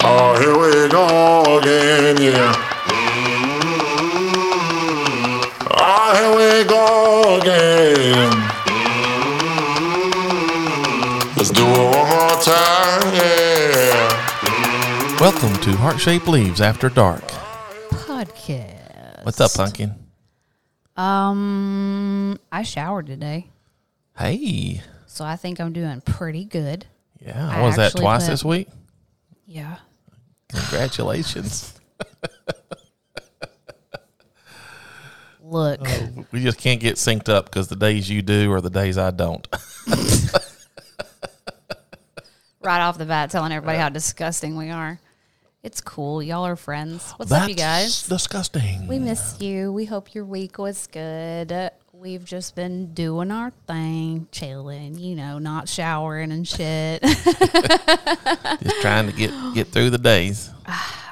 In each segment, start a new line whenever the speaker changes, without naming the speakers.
Oh, here we go again, yeah. Ah, here we go again. Let's do it one more time, yeah.
Welcome to Heart Shaped Leaves After Dark.
podcast.
What's up, Pumpkin?
Um, I showered today,
Hey.
so I think I'm doing pretty good.
Yeah.
I
was that
actually
twice
put-
this week?
Yeah.
Congratulations.
Look,
we just can't get synced up because the days you do are the days I don't.
right off the bat, telling everybody how disgusting we are. It's cool. Y'all are friends. What's up, you guys?
disgusting.
We miss you. We hope your week was good. We've just been doing our thing, chilling, you know, not showering and shit.
just trying to get, get through the days.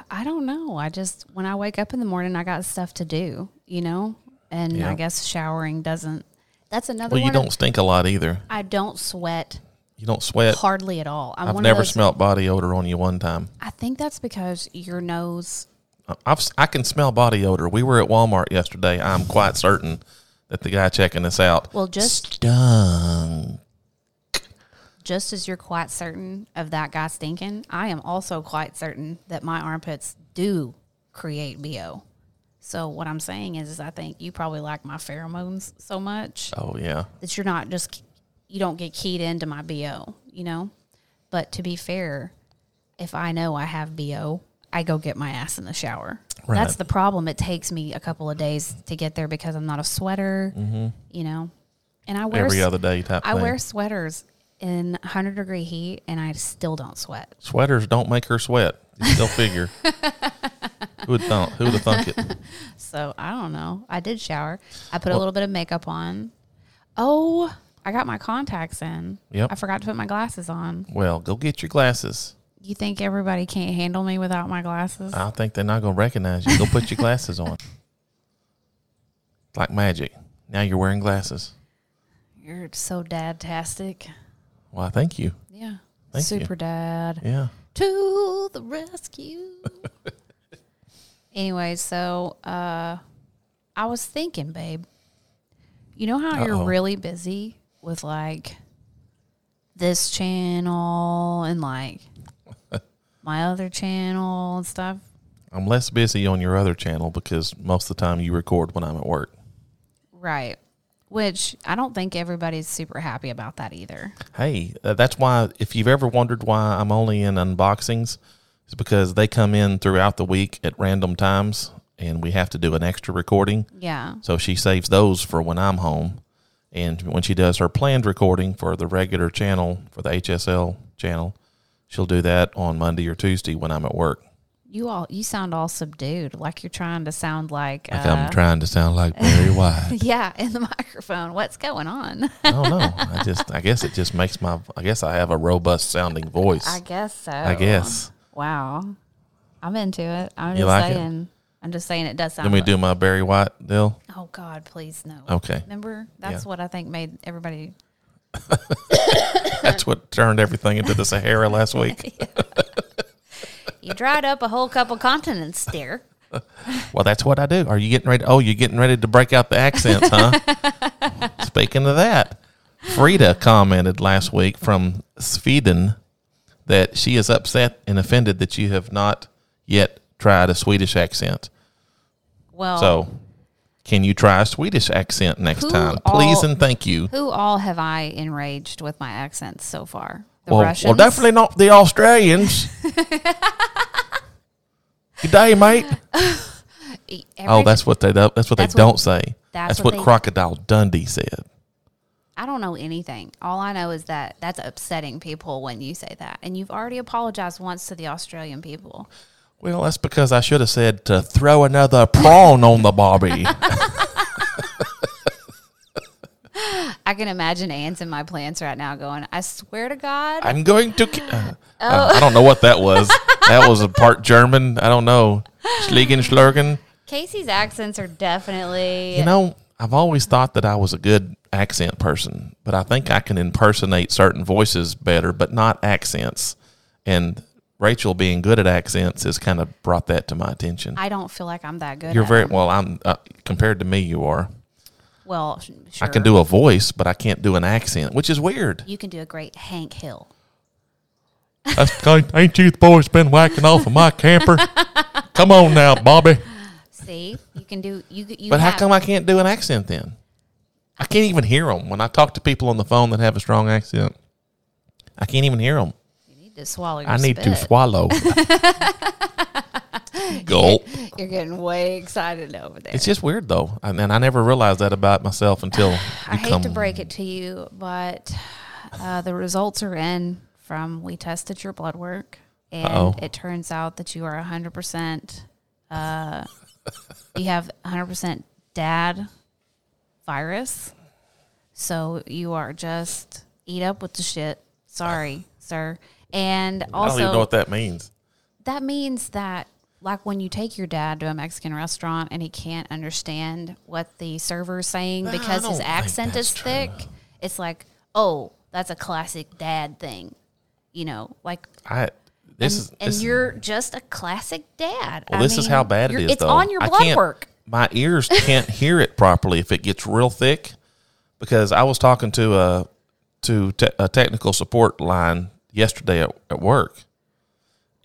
I don't know. I just when I wake up in the morning, I got stuff to do, you know, and
Yeah.
I guess showering doesn't. That's another.
Well, you
one
don't stink a lot either.
I don't sweat
You don't sweat.
hardly at all. I'm
I've
one
never
of those,
smelt body odor on you one time.
I think that's because your nose.
I- I've, si can smell body odor. We were at Walmart yesterday. I'm quite certain that the guy checking us out
Well, just
stung.
just as you're quite certain of that guy stinking, I am also quite certain that my armpits do create bo. So what I'm saying is, is I think you probably like my pheromones so much
Oh, yeah.
that you're not just you don't get keyed into my bo. You know, but to be fair, if I know I have bo. I go get my ass in the shower.
Right.
That's the problem. It takes me a couple of days to get there because I'm not a sweater, you know. And I wear
Mm-hmm. Every
s-
other day type
I
thing.
wear sweaters in 100 degree heat and I still don't sweat.
Sweaters don't make her sweat. You still figure. who would thunk? Who would have thunk it?
So I don't know. I did shower. I put a little bit of makeup on. Oh, I got my contacts in.
Yep.
I forgot to put my glasses on.
Well, go get your glasses.
You think everybody can't handle me without my glasses?
I think they're not going to recognize you. Go put your glasses on. Like magic. Now you're wearing glasses.
You're so dadtastic.
Why, thank you.
Yeah.
Thank you.
Super dad.
Yeah.
To the rescue. anyway, so uh I was thinking, babe, you know how
Uh-oh.
you're really busy with like this channel and like my other channel and stuff?
I'm less busy on your other channel because most of the time you record when I'm at work.
Right. Which I don't think everybody's super happy about that either.
Hey, uh, that's why if you've ever wondered why I'm only in unboxings, it's because they come in throughout the week at random times and we have to do an extra recording.
Yeah.
So she saves those for when I'm home. And when she does her planned recording for the regular channel, for the HSL channel, she'll do that on Monday or Tuesday when I'm at work.
You all you sound all subdued, like you're trying to sound like,
Like
uh,
I'm trying to sound like Barry White.
yeah, in the microphone. What's going on?
I don't know. I just, I guess it just makes my, I guess I have a robust sounding voice.
I
I,
guess so.
guess.
Wow. I'm into it. I'm
You
just
like it?
saying. I'm just saying it does sound.
Let me do my Barry White deal.
Oh God, please no.
Okay.
Remember, that's
Yeah.
what I think made everybody.
That's what turned everything into the Sahara last week.
You dried up a whole couple continents there.
Well, that's what I do. Are you getting ready? Oh, you're getting ready to break out the accents, huh? Speaking of that, Frida commented last week from Sweden that she is upset and offended that you have not yet tried a Swedish accent.
Well,
So, can you try a Swedish accent next
Oh. Who
time? Please
all-
and thank you.
who all have I enraged with my accents so far? The
Well, well,
Russians.
definitely not the Australians. Good day, mate.
E-
Oh,
every-
that's what they don't- that's what
That's
they
what-
don't say. That's,
that's what
what,
they-
Crocodile Dundee said.
I don't know anything. All I know is that that's upsetting people when you say that, and you've already apologized once to the Australian people.
Well, that's because I should have said to throw another prawn on the barbie.
I can imagine ants in my plants right now going, "I swear to God,
I'm going to. Ki- uh, uh,
Oh.
I don't know what that was. that was a part German. I don't know. Schliegen schlagen.
Casey's accents are definitely
You know, I've always thought that I was a good accent person, but I think I can impersonate certain voices better, but not accents. And Rachel being good at accents has kind of brought that to my attention.
I don't feel like I'm that good.
You're
at
very
them.
well. I'm uh, compared to me. You are.
well. sh-
I can
sure.
do a voice, but I can't do an accent, which is weird.
You can do a great Hank Hill.
That's because ain't you the boy that's been whacking off of my camper? Come on now, Bobby.
See, you can do you. you
But
have,
how come I can't do an accent then? I can't even hear them when I talk to people on the phone that have a strong accent. I can't even hear them.
you need to swallow? Your
I need to
spit.
swallow. Gulp.
You're getting way excited over there.
It's just weird though, and, and I never realized that about myself until you
I hate
come.
to break it to you, but uh, the results are in from we tested your blood work, and
Uh-oh.
it turns out that you are 100%. Uh, you have 100% dad virus. So you are just eat up with the shit. Sorry, sir. And
I
also,
don't even know what that means.
that means that like when you take your dad to a Mexican restaurant and he can't understand what the server is saying
Nah, I
because
don't
his
think
accent
that's
is thick, it's like, oh, that's a classic dad thing. You know, like
I this
and,
is
and
this,
you're just a classic dad.
well,
I
this is
mean,
how bad it
you're-
is.
It's
though.
on your
I
blood
can't-
work.
My ears can't hear it properly if it gets real thick, because I was talking to a to te- a technical support line yesterday at, at work,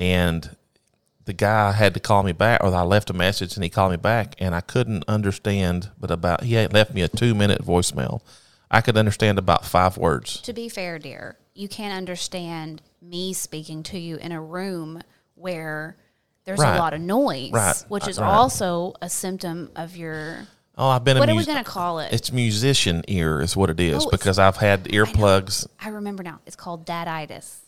and the guy had to call me back, or I left a message and he called me back, and I couldn't understand. But about he had left me a two minute voicemail. I could understand about five words.
To be fair, dear, you can't understand me speaking to you in a room where there's
Right.
a lot of noise,
Right. Uh,
which is
Right.
also a symptom of your
Oh, I've been.
What
a
are we
mus-
gonna call it?
It's musician ear, is what it is,
Oh, it's-
because I've had earplugs.
I remember now. It's called daditis.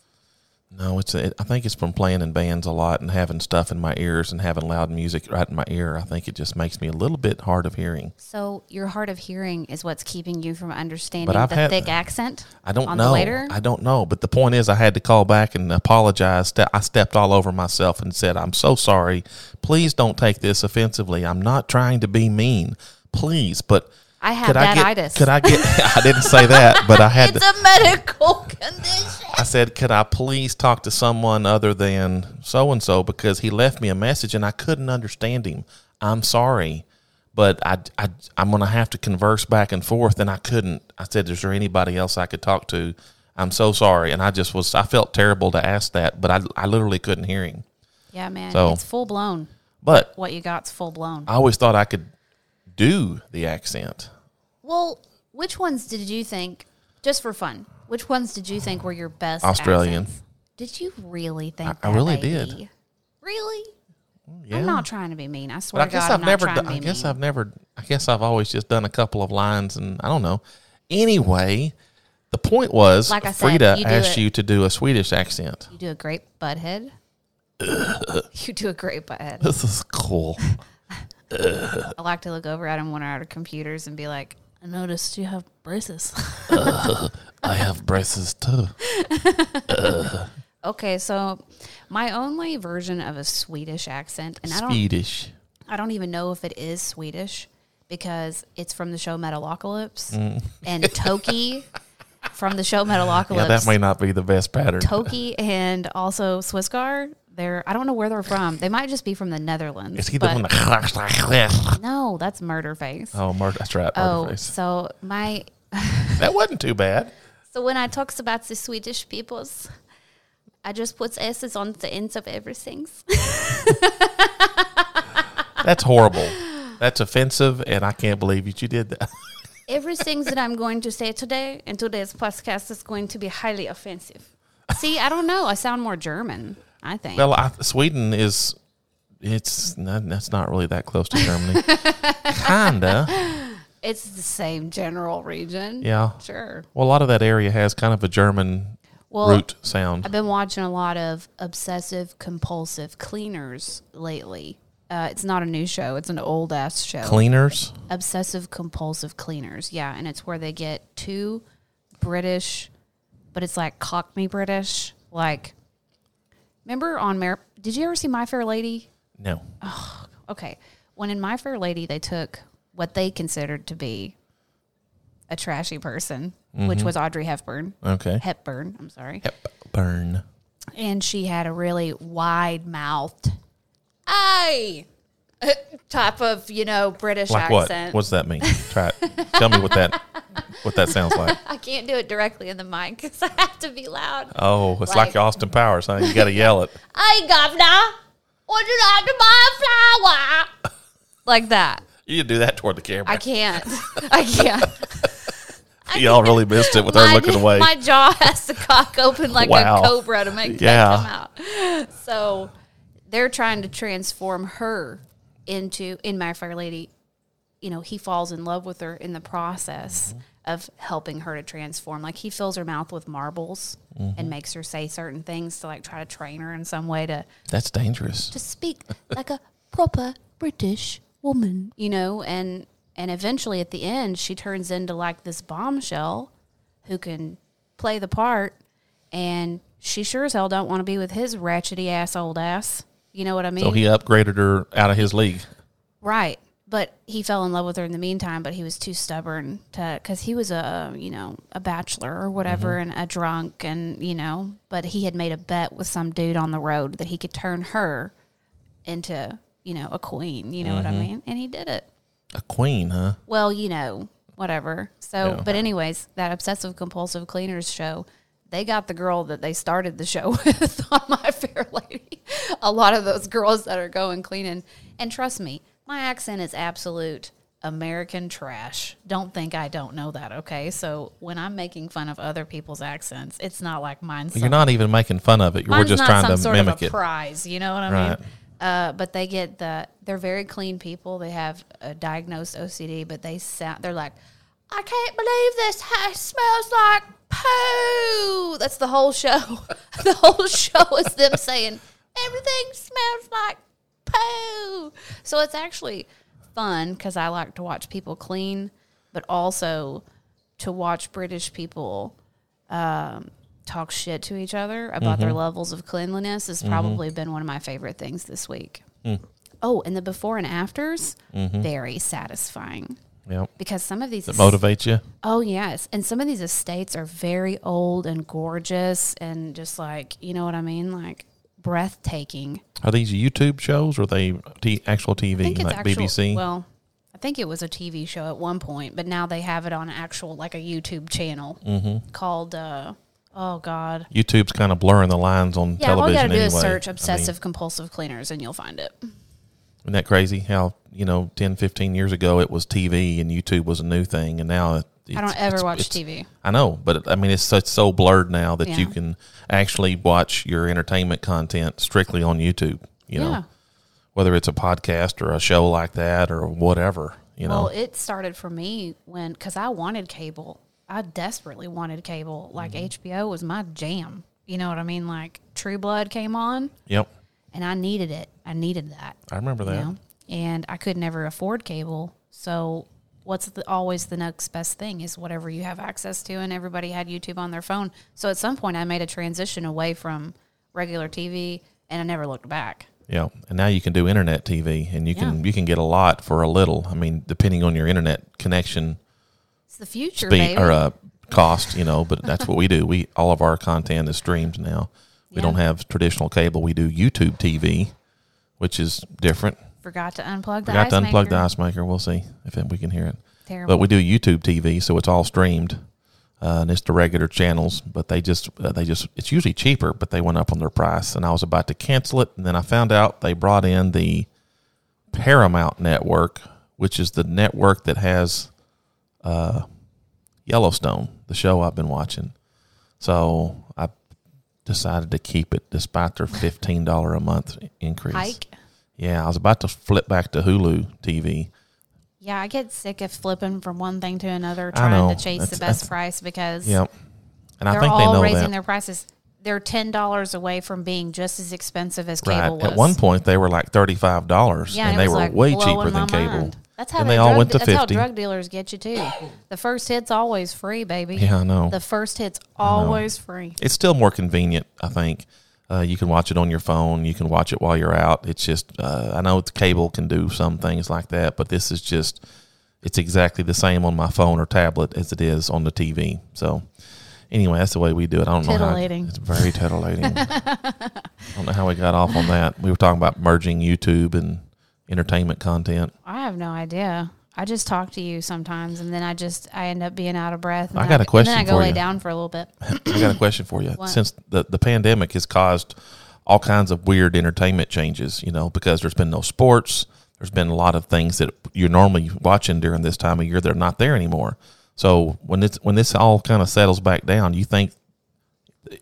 No, it's. It, I think it's from playing in bands a lot and having stuff in my ears and having loud music right in my ear. I think it just makes me a little bit hard of hearing.
So your hard of hearing is what's keeping you from understanding
But I've
the
had-
thick accent.
I don't
on
know.
The waiter?
I don't know. But the point is, I had to call back and apologize. Ste- I stepped all over myself and said, "I'm so sorry. Please don't take this offensively. I'm not trying to be mean. Please, but."
I have
could I get?
daditis.
Could I get? I didn't say that, but I had. to,
it's a medical condition.
I said, "Could I please talk to someone other than so and so because he left me a message and I couldn't understand him. I'm sorry, but I, I I'm gonna have to converse back and forth, and I couldn't. I said, "Is there anybody else I could talk to? I'm so sorry." And I just was. I felt terrible to ask that, but I I literally couldn't hear him.
Yeah, man.
So-
It's full blown.
But
What you got's full blown.
I always thought I could do the accent.
well, which ones did you think, just for fun, which ones did you think were your best?
Australian.
accents? Did you really think?
I- I
that,
really
baby?
did. Mm,
Really?
Yeah.
I'm not trying to be mean. I swear
But I
to
guess
God,
I've
I'm
never.
not
do-
trying to
I
be
guess
mean.
I've never. I guess I've always just done a couple of lines, and I don't know. Anyway, the point was,
Like I said,
Frida
you do
asked
it.
you to do a Swedish accent.
You do a great butthead. you do a great butthead.
This is cool.
I like to look over at him when we're at our computers and be like, I noticed you have braces.
I have braces too.
okay, so my only version of a Swedish accent, and I don't,
Swedish.
I don't even know if it is Swedish because it's from the show Metalocalypse
Mm.
and Toki from the show Metalocalypse.
Yeah, that may not be the best pattern.
Toki and also Swissgar. They're I don't know where they're from. They might just be from the Netherlands.
Is he the
but
one that?
no, that's Murder Face.
oh, murder. That's right.
oh,
murder face.
so my
That wasn't too bad.
So when I talks about the Swedish peoples, I just puts S's on the ends of everything.
That's horrible. That's offensive, and I can't believe that you did that.
everything that I'm going to say today and today's podcast is going to be highly offensive. See, I don't know. I sound more German, I think.
Well, I, Sweden is. It's not, that's not really that close to Germany. Kinda.
it's the same general region.
Yeah.
Sure.
Well, a lot of that area has kind of a German
Well,
root sound.
I've been watching a lot of obsessive compulsive cleaners lately. Uh, it's not a new show. It's an old ass show.
Cleaners.
obsessive compulsive cleaners. Yeah, and it's where they get two British, but it's like Cockney British. Like, remember on Mar? Did you ever see My Fair Lady?
No.
Uh,
Okay, when in My Fair Lady they took what they considered to be a
Mm-hmm.
trashy person, which was Audrey Hepburn.
Okay.
Hepburn, I'm sorry.
Hepburn.
and she had a really wide mouthed.
Aye.
uh,
Type of, you know, British
Like what?
accent.
What's that mean? Try it. Tell me what that what that sounds like.
I can't do it directly in the mic because I have to be loud.
Oh, it's
Like-
like, Austin Powers, huh? You got to yell it.
Hey, governor, would you like to buy a flower? Like that.
You do that toward the camera.
I can't. I can't.
Y'all really missed it with her looking away.
my jaw has to cock open like
Wow.
a cobra to make
Yeah.
that come out. So they're trying to transform her into in My Fair Lady. You know, he falls in love with her in the process
Mm-hmm.
of helping her to transform. Like he fills her mouth with marbles
Mm-hmm.
and makes her say certain things to like try to train her in some way to
That's dangerous.
to speak like a proper British woman, you know, and and eventually at the end she turns into like this bombshell who can play the part and she sure as hell don't want to be with his ratchety ass old ass. You know what I mean?
So he upgraded her out of his league.
Right. But he fell in love with her in the meantime, but he was too stubborn to, because he was a, you know, a bachelor or whatever
Mm-hmm.
and a drunk and, you know, but he had made a bet with some dude on the road that he could turn her into, you know, a queen. You know what I
Mm-hmm.
mean? And he did it.
A queen, huh?
well, you know, whatever. So,
Yeah.
but anyways, that obsessive compulsive cleaners show, they got the girl that they started the show with on My Fair Lady. A lot of those girls that are going cleaning, and trust me, my accent is absolute American trash. Don't think I don't know that, okay? So, when I'm making fun of other people's accents, it's not like mine's
You're not even making fun of it. You We're
Mine's
just
not
trying
some
to
sort
mimic
of a
it.
prize, you know what I
Right.
mean? Uh, but they get the they're very clean people. They have a diagnosed OCD, but they sound they're like,
I can't believe this house smells like poo. That's the whole show. the whole show is them saying everything smells like poo.
so it's actually fun because I like to watch people clean, but also to watch British people um, talk shit to each other about their levels of cleanliness has probably been one of my favorite things this week. Oh, and the before and afters, very satisfying
Yep.
because some of these
That motivates you.
Oh yes, and some of these estates are very old and gorgeous, and just like you know what I mean, like breathtaking.
Are these YouTube shows or are they t- actual TV,
I think it's
like
actual.
BBC?
Well, I think it was a TV show at one point, but now they have it on actual like a YouTube channel called uh, Oh God.
YouTube's kind of blurring the lines on
Yeah, all
television
you gotta do
anyway.
is search
I mean,
obsessive compulsive cleaners, and you'll find it.
isn't that crazy how, you know, 10, 15 years ago it was TV and YouTube was a new thing and now it, it's,
I don't ever
it's-
watch
it's-
TV.
I know, but it- I mean, it's so, it's so blurred now that you
Yeah.
can actually watch your entertainment content strictly on YouTube. You
Yeah.
know, whether it's a podcast or a show like that or whatever. You know,
Well, it started for me when because I wanted cable. I desperately wanted cable. Like
Mm-hmm.
HBO was my jam. You know what I mean? Like True Blood came on,
yep,
and I needed it. I needed that.
I remember
You
that.
know? And I could never afford cable, so what's the, always the next best thing is whatever you have access to. And everybody had YouTube on their phone. So at some point, I made a transition away from regular TV, and I never looked back.
Yeah, and now you can do internet TV, and you can you can get a lot for a little. I mean, depending on your internet connection
It's the future,
speed
baby.
or uh, cost, you know. But that's what we do. We all of our content is streamed now. We don't have traditional cable. We do YouTube TV, which is different.
Forgot to unplug the.
Forgot
ice
to unplug
maker.
the ice maker. We'll see if we can hear it.
Terrible.
But we do YouTube TV, so it's all streamed, uh, and it's the regular channels. But they just uh, they just it's usually cheaper, but they went up on their price, and I was about to cancel it, and then I found out they brought in the Paramount Network, which is the network that has uh, Yellowstone, the show I've been watching. So I decided to keep it despite their fifteen dollar a month increase.
Hike.
Yeah, I was about to flip back to Hulu TV.
Yeah, I get sick of flipping from one thing to another,
I know.
trying to chase
That's-
the best
that's-
price because
Yep. And I
they're
think they
all
know
raising
that.
their prices. They're ten dollars away from being just as expensive as
right.
cable was.
At one point, they were like thirty-five dollars,
yeah,
and,
it
they
was,
were
like,
way
blowing
cheaper than
my
cable.
mind. That's how
Then
they
they all
drug
went to
de- that's how
50.
drug dealers get you too. The first hit's always free, baby.
Yeah, I know.
The first hit's always free.
It's still more convenient, I think. Uh, you can watch it on your phone. You can watch it while you're out. It's just uh, I know the cable can do some things like that, but this is just it's exactly the same on my phone or tablet as it is on the TV. So Anyway, that's the way we do it. I don't know. how-
Titillating.
it's very titillating. I don't know how we got off on that. We were talking about merging YouTube and entertainment content.
I have no idea. I just talk to you sometimes, and then I just I end up being out of breath. And
I
then
got a question
And then I go
for
lay
you.
down for a little bit.
I got a question for you. Since the, the pandemic has caused all kinds of weird entertainment changes, you know, because there's been no sports, there's been a lot of things that you're normally watching during this time of year that are not there anymore. So when it's when this all kind of settles back down, you think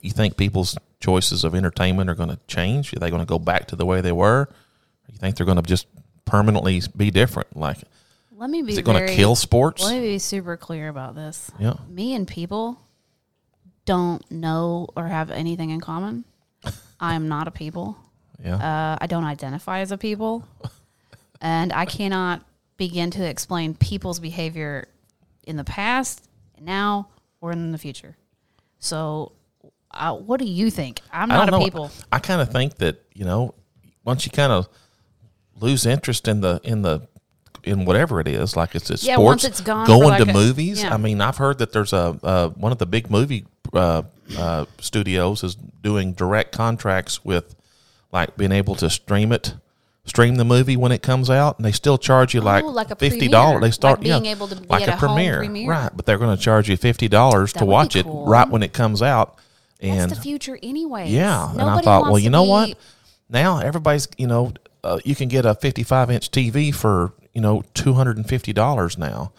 you think people's choices of entertainment are going to change? Are they going to go back to the way they were? You think they're going to just permanently be different? Like,
Let me be
is it going
very.
to kill sports?
Let me be super clear about this.
Yeah.
Me and people don't know or have anything in common. I am not a people.
Yeah.
Uh, I don't identify as a people, and I cannot begin to explain people's behavior in the past, now, or in the future. So, uh, what do you think? I'm
I
not
don't
a
know.
people.
I kind of think that you know, once you kind of lose interest in the in the in whatever it is, like it's, it's
Yeah, once
sports,
it's gone for
going
like
to
a-
movies.
yeah.
I mean, I've heard that there's a uh, one of the big movie uh, uh, studios is doing direct contracts with like being able to stream it. Stream the movie when it comes out, and they still charge you like,
Oh, like a
fifty
premiere.
dollars. They start
Like being
yeah,
able to be
like
at
a,
a home
premiere,
premiere.
right? But they're going to charge you fifty dollars to
would be
watch it
cool.
right when it comes out.
That's
And
the future, anyway.
yeah, and I thought, well, you know what? Now everybody's, you know, uh, you can get a 55 inch TV for you know 250 dollars now,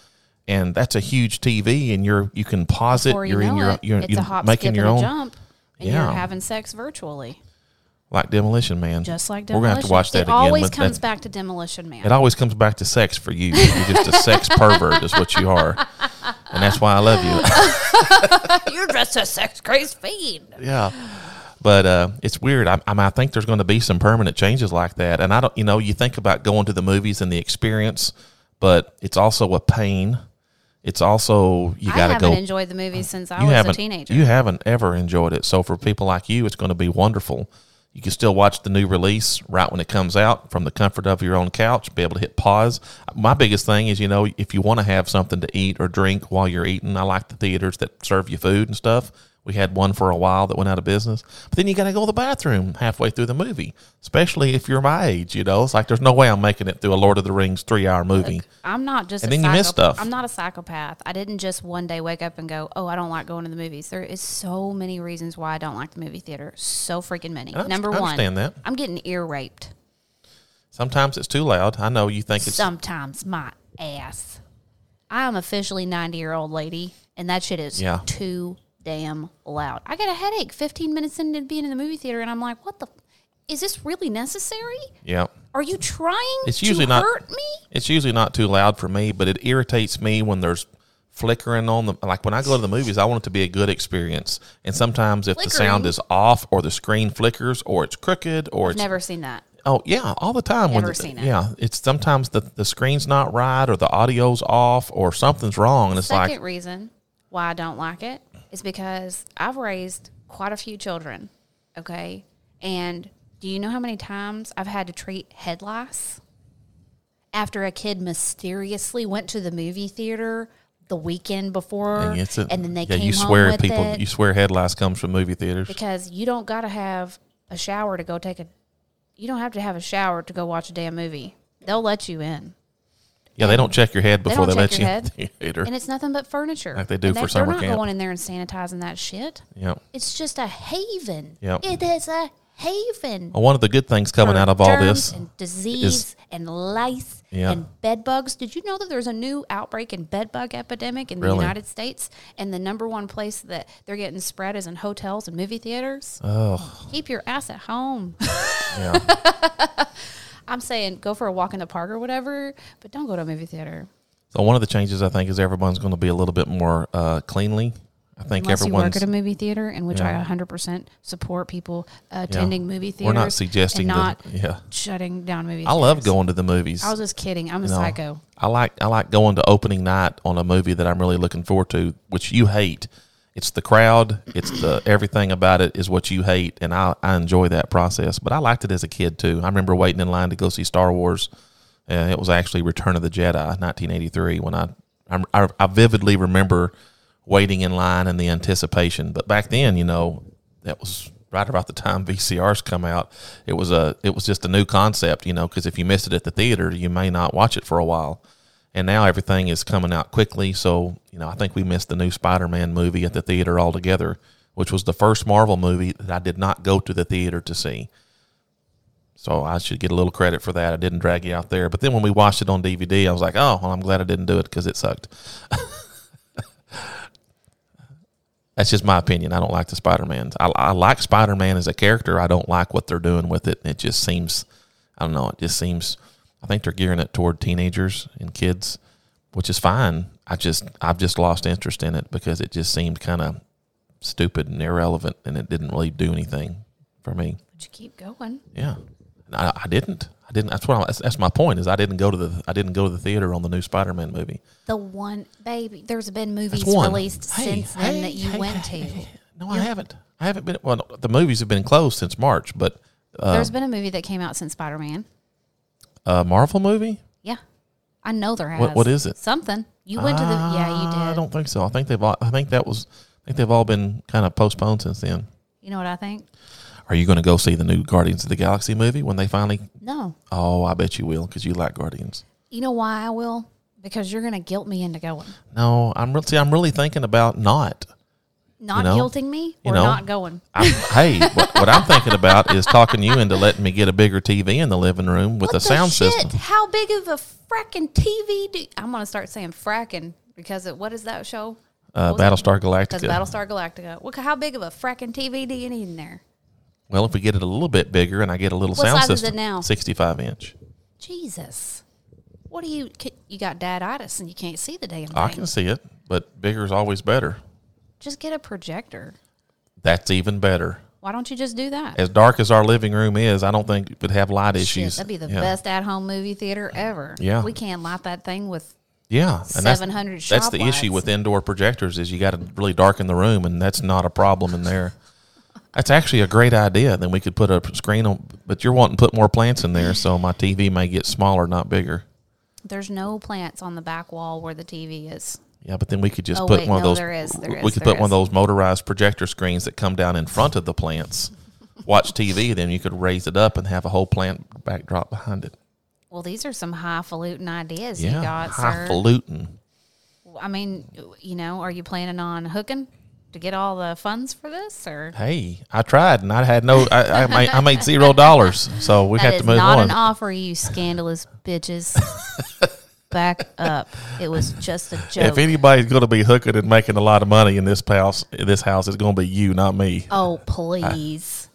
and that's a huge TV, and you're you can pause
Or
it.
you
You're in
know
your
it,
you're,
it's
you're
a hop,
making
skip,
your
and
own
a jump, and
Yeah.
you're having sex virtually,
like Demolition Man.
just like
we're
demolition.
gonna have to watch that
it
again.
always
but that-
comes back to demolition man.
It always comes back to sex for you. You're just a sex pervert, is what you are, and that's why I love you.
You're just a sex crazed fiend.
yeah. But uh, it's weird. I, I, mean, I think there's going to be some permanent changes like that. And I don't, you know, you think about going to the movies and the experience, but it's also a pain. It's also you
I
got to
haven't
go.
enjoyed the movie since I
you
was a
haven't.
teenager.
You haven't ever enjoyed it. So for people like you, it's going to be wonderful. You can still watch the new release right when it comes out from the comfort of your own couch. Be able to hit pause. My biggest thing is, you know, if you want to have something to eat or drink while you're eating, I like the theaters that serve you food and stuff. We had one for a while that went out of business, but then you got to go to the bathroom halfway through the movie, especially if you're my age. You know, it's like there's no way I'm making it through a Lord of the Rings three hour movie.
I'm not just
And
a
then you miss
psychopath.
stuff.
I'm not a psychopath. I didn't just one day wake up and go, "Oh, I don't like going to the movies." There is so many reasons why I don't like the movie theater. So freaking many.
I
Number
underst- I
one,
understand that.
I'm getting ear raped
Sometimes it's too loud. I know you think it's
sometimes. My ass. I am officially 90 year old lady, and that shit is
Yeah.
too damn loud. I got a headache 15 minutes into being in the movie theater, and I'm like, "What the? f- Is this really necessary?
yeah.
Are you trying
It's
to
usually not-
hurt me?"
It's usually not too loud for me, but it irritates me when there's flickering on the like when I go to the movies, I want it to be a good experience. And sometimes if the sound
Flickering?
is off or the screen flickers or it's crooked or it's
Never seen that.
oh yeah, all the time when
Never
the-
seen it.
yeah, it's sometimes the the screen's not right or the audio's off or something's wrong and it's
Second
like
reason why I don't like it is because I've raised quite a few children, okay? And do you know how many times I've had to treat head lice after a kid mysteriously went to the movie theater the weekend before
dang,
and,
it's a-
then they
yeah,
came
you swear
home with
people
it
you swear headlights comes from movie theaters.
because you don't got to have a shower to go take a you don't have to have a shower to go watch a damn movie. They'll let you in.
yeah, they don't check your head before they,
don't
let
check
you
your
in the theater.
And it's nothing but furniture.
Like they do
And
for
They're
summer
not
camp.
going in there and sanitizing that shit.
Yeah.
It's just a haven.
Yep.
It is a haven.
Well, one of the good things coming
for
out of all
germs
this
and disease
is-
and lice
Yeah.
and bed bugs. Did you know that there's a new outbreak and bed bug epidemic in
Really?
the United States? And the number one place that they're getting spread is in hotels and movie theaters.
Oh,
Keep your ass at home.
yeah.
I'm saying go for a walk in the park or whatever, but don't go to a movie theater.
So one of the changes I think is everyone's going to be a little bit more uh, cleanly. I think
Unless you work
everyone's.
at a movie theater, in which
Yeah.
I 100% support people attending movie
we're
theaters.
not suggesting
and
that.
not
Yeah,
shutting down movie
I
theaters.
love going to the movies.
I was just kidding. I'm a
No.
psycho.
I like I like going to opening night on a movie that I'm really looking forward to, which you hate. It's the crowd. It's the everything about it is what you hate, and I, I enjoy that process. But I liked it as a kid too. I remember waiting in line to go see Star Wars, and it was actually Return of the Jedi, 1983. When I I, I vividly remember waiting in line and the anticipation. But back then, you know, that was right about the time VCRs come out. It was a it was just a new concept, you know, because if you missed it at the theater, you may not watch it for a while. And now everything is coming out quickly, so you know I think we missed the new Spider-Man movie at the theater altogether, which was the first Marvel movie that I did not go to the theater to see. So I should get a little credit for that. I didn't drag you out there. But then when we watched it on DVD, I was like, oh, well, I'm glad I didn't do it because it sucked. That's just my opinion. I don't like the Spider Man. I, I like Spider Man as a character. I don't like what they're doing with it. It just seems, I don't know, it just seems, I think they're gearing it toward teenagers and kids, which is fine. I just, I've just lost interest in it because it just seemed kind of stupid and irrelevant and it didn't really do anything for me.
But you keep going.
Yeah, And I, I didn't. I didn't. That's what. I, that's, that's my point. Is I didn't go to the. I didn't go to the theater on the new Spider-Man movie.
The one, baby. There's been movies
That's one.
released
Hey,
since then
hey,
that you
hey,
went
hey,
to.
hey. No, I haven't. I haven't been. Well, no, the movies have been closed since March, but uh,
There's been a movie that came out since Spider Man.
a Marvel movie.
Yeah, I know there has.
What- what is it?
Something you went to the. Yeah, you did.
I don't think so. I think they've. All, I think that was. I think they've all been kind of postponed since then.
You know what I think?
Are you going to go see the new Guardians of the Galaxy movie when they finally?
No.
Oh, I bet you will because you like Guardians.
You know why I will? Because you're gonna guilt me into going.
No, I'm really. See, I'm really thinking about not.
Not
know,
guilting me
you
or
know.
not going.
I'm, hey, what, what I'm thinking about is talking you into letting me get a bigger TV in the living room with
What
a sound
shit?
system.
How big of a fracking TV do I'm gonna start saying fracking because of, what is that show?
Uh, Battlestar Galactica.
Because Battlestar Galactica. What, how big of a fracking TV do you need in there?
well, if we get it a little bit bigger and I get a little
What
sound
size is
system,
it now?
65 inch.
Jesus, what do you? ca- You got daditis and you can't see the damn
I
thing.
can see it, but bigger is always better.
Just get a projector.
That's even better.
Why don't you just do that?
As dark as our living room is, I don't think it would have light
Shit,
issues.
that'd be the
yeah.
best at-home movie theater ever.
Yeah.
we can light that thing with
Yeah, and that's-
700
That's,
shop
the issue
lights.
with indoor projectors is you got to really darken the room, and that's not a problem in there. That's actually a great idea. Then we could put a screen on, but you're wanting to put more plants in there, so my TV may get smaller, not bigger.
There's no plants on the back wall where the TV is.
Yeah, but then we could just
Oh,
put
wait,
one of
no,
those.
there is, there
we
is,
could
there
put one of
is.
those motorized projector screens that come down in front of the plants. Watch TV, then you could raise it up and have a whole plant backdrop behind it.
Well, these are some highfalutin ideas
Yeah,
you got, sir.
highfalutin.
I mean, you know, are you planning on hooking to get all the funds for this, or
Hey, I tried and I had no. I, I, made, I made zero dollars, so we
that
had
is
to move
not
on.
an offer, you scandalous bitches? back up. It was just a joke.
If anybody's going to be hooking and making a lot of money in this house, in this house it's going to be you, not me.
Oh, please.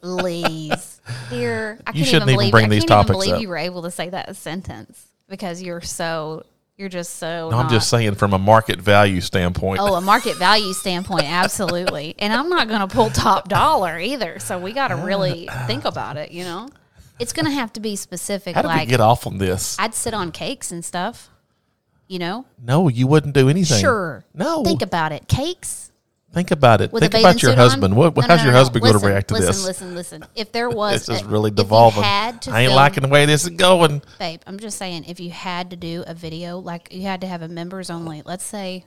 please. Dear, I
You shouldn't
can't even
even
believe,
bring
I
these
can't
topics
even believe
up.
you were able to say that sentence because you're so, you're just so.
No, I'm
not-
just saying from a market value standpoint.
Oh, a market value standpoint, absolutely. And I'm not going to pull top dollar either. So we got to really think about it, you know? It's going to have to be specific.
How did we
Like,
get off on this?
I'd sit on cakes and stuff, you know?
no, you wouldn't do anything.
Sure.
No.
Think about it. Cakes,
Think about it.
with
Think
a bathing
about your
suit on?
husband. What,
No, no,
how's
no,
your
no.
husband going to
Listen,
react to
listen,
this?
Listen, listen, If there was,
This is
a-
really
if you
devolving.
had to
I ain't
film-
liking the way this is going.
babe. I'm just saying, if you had to do a video, like you had to have a members only. Let's say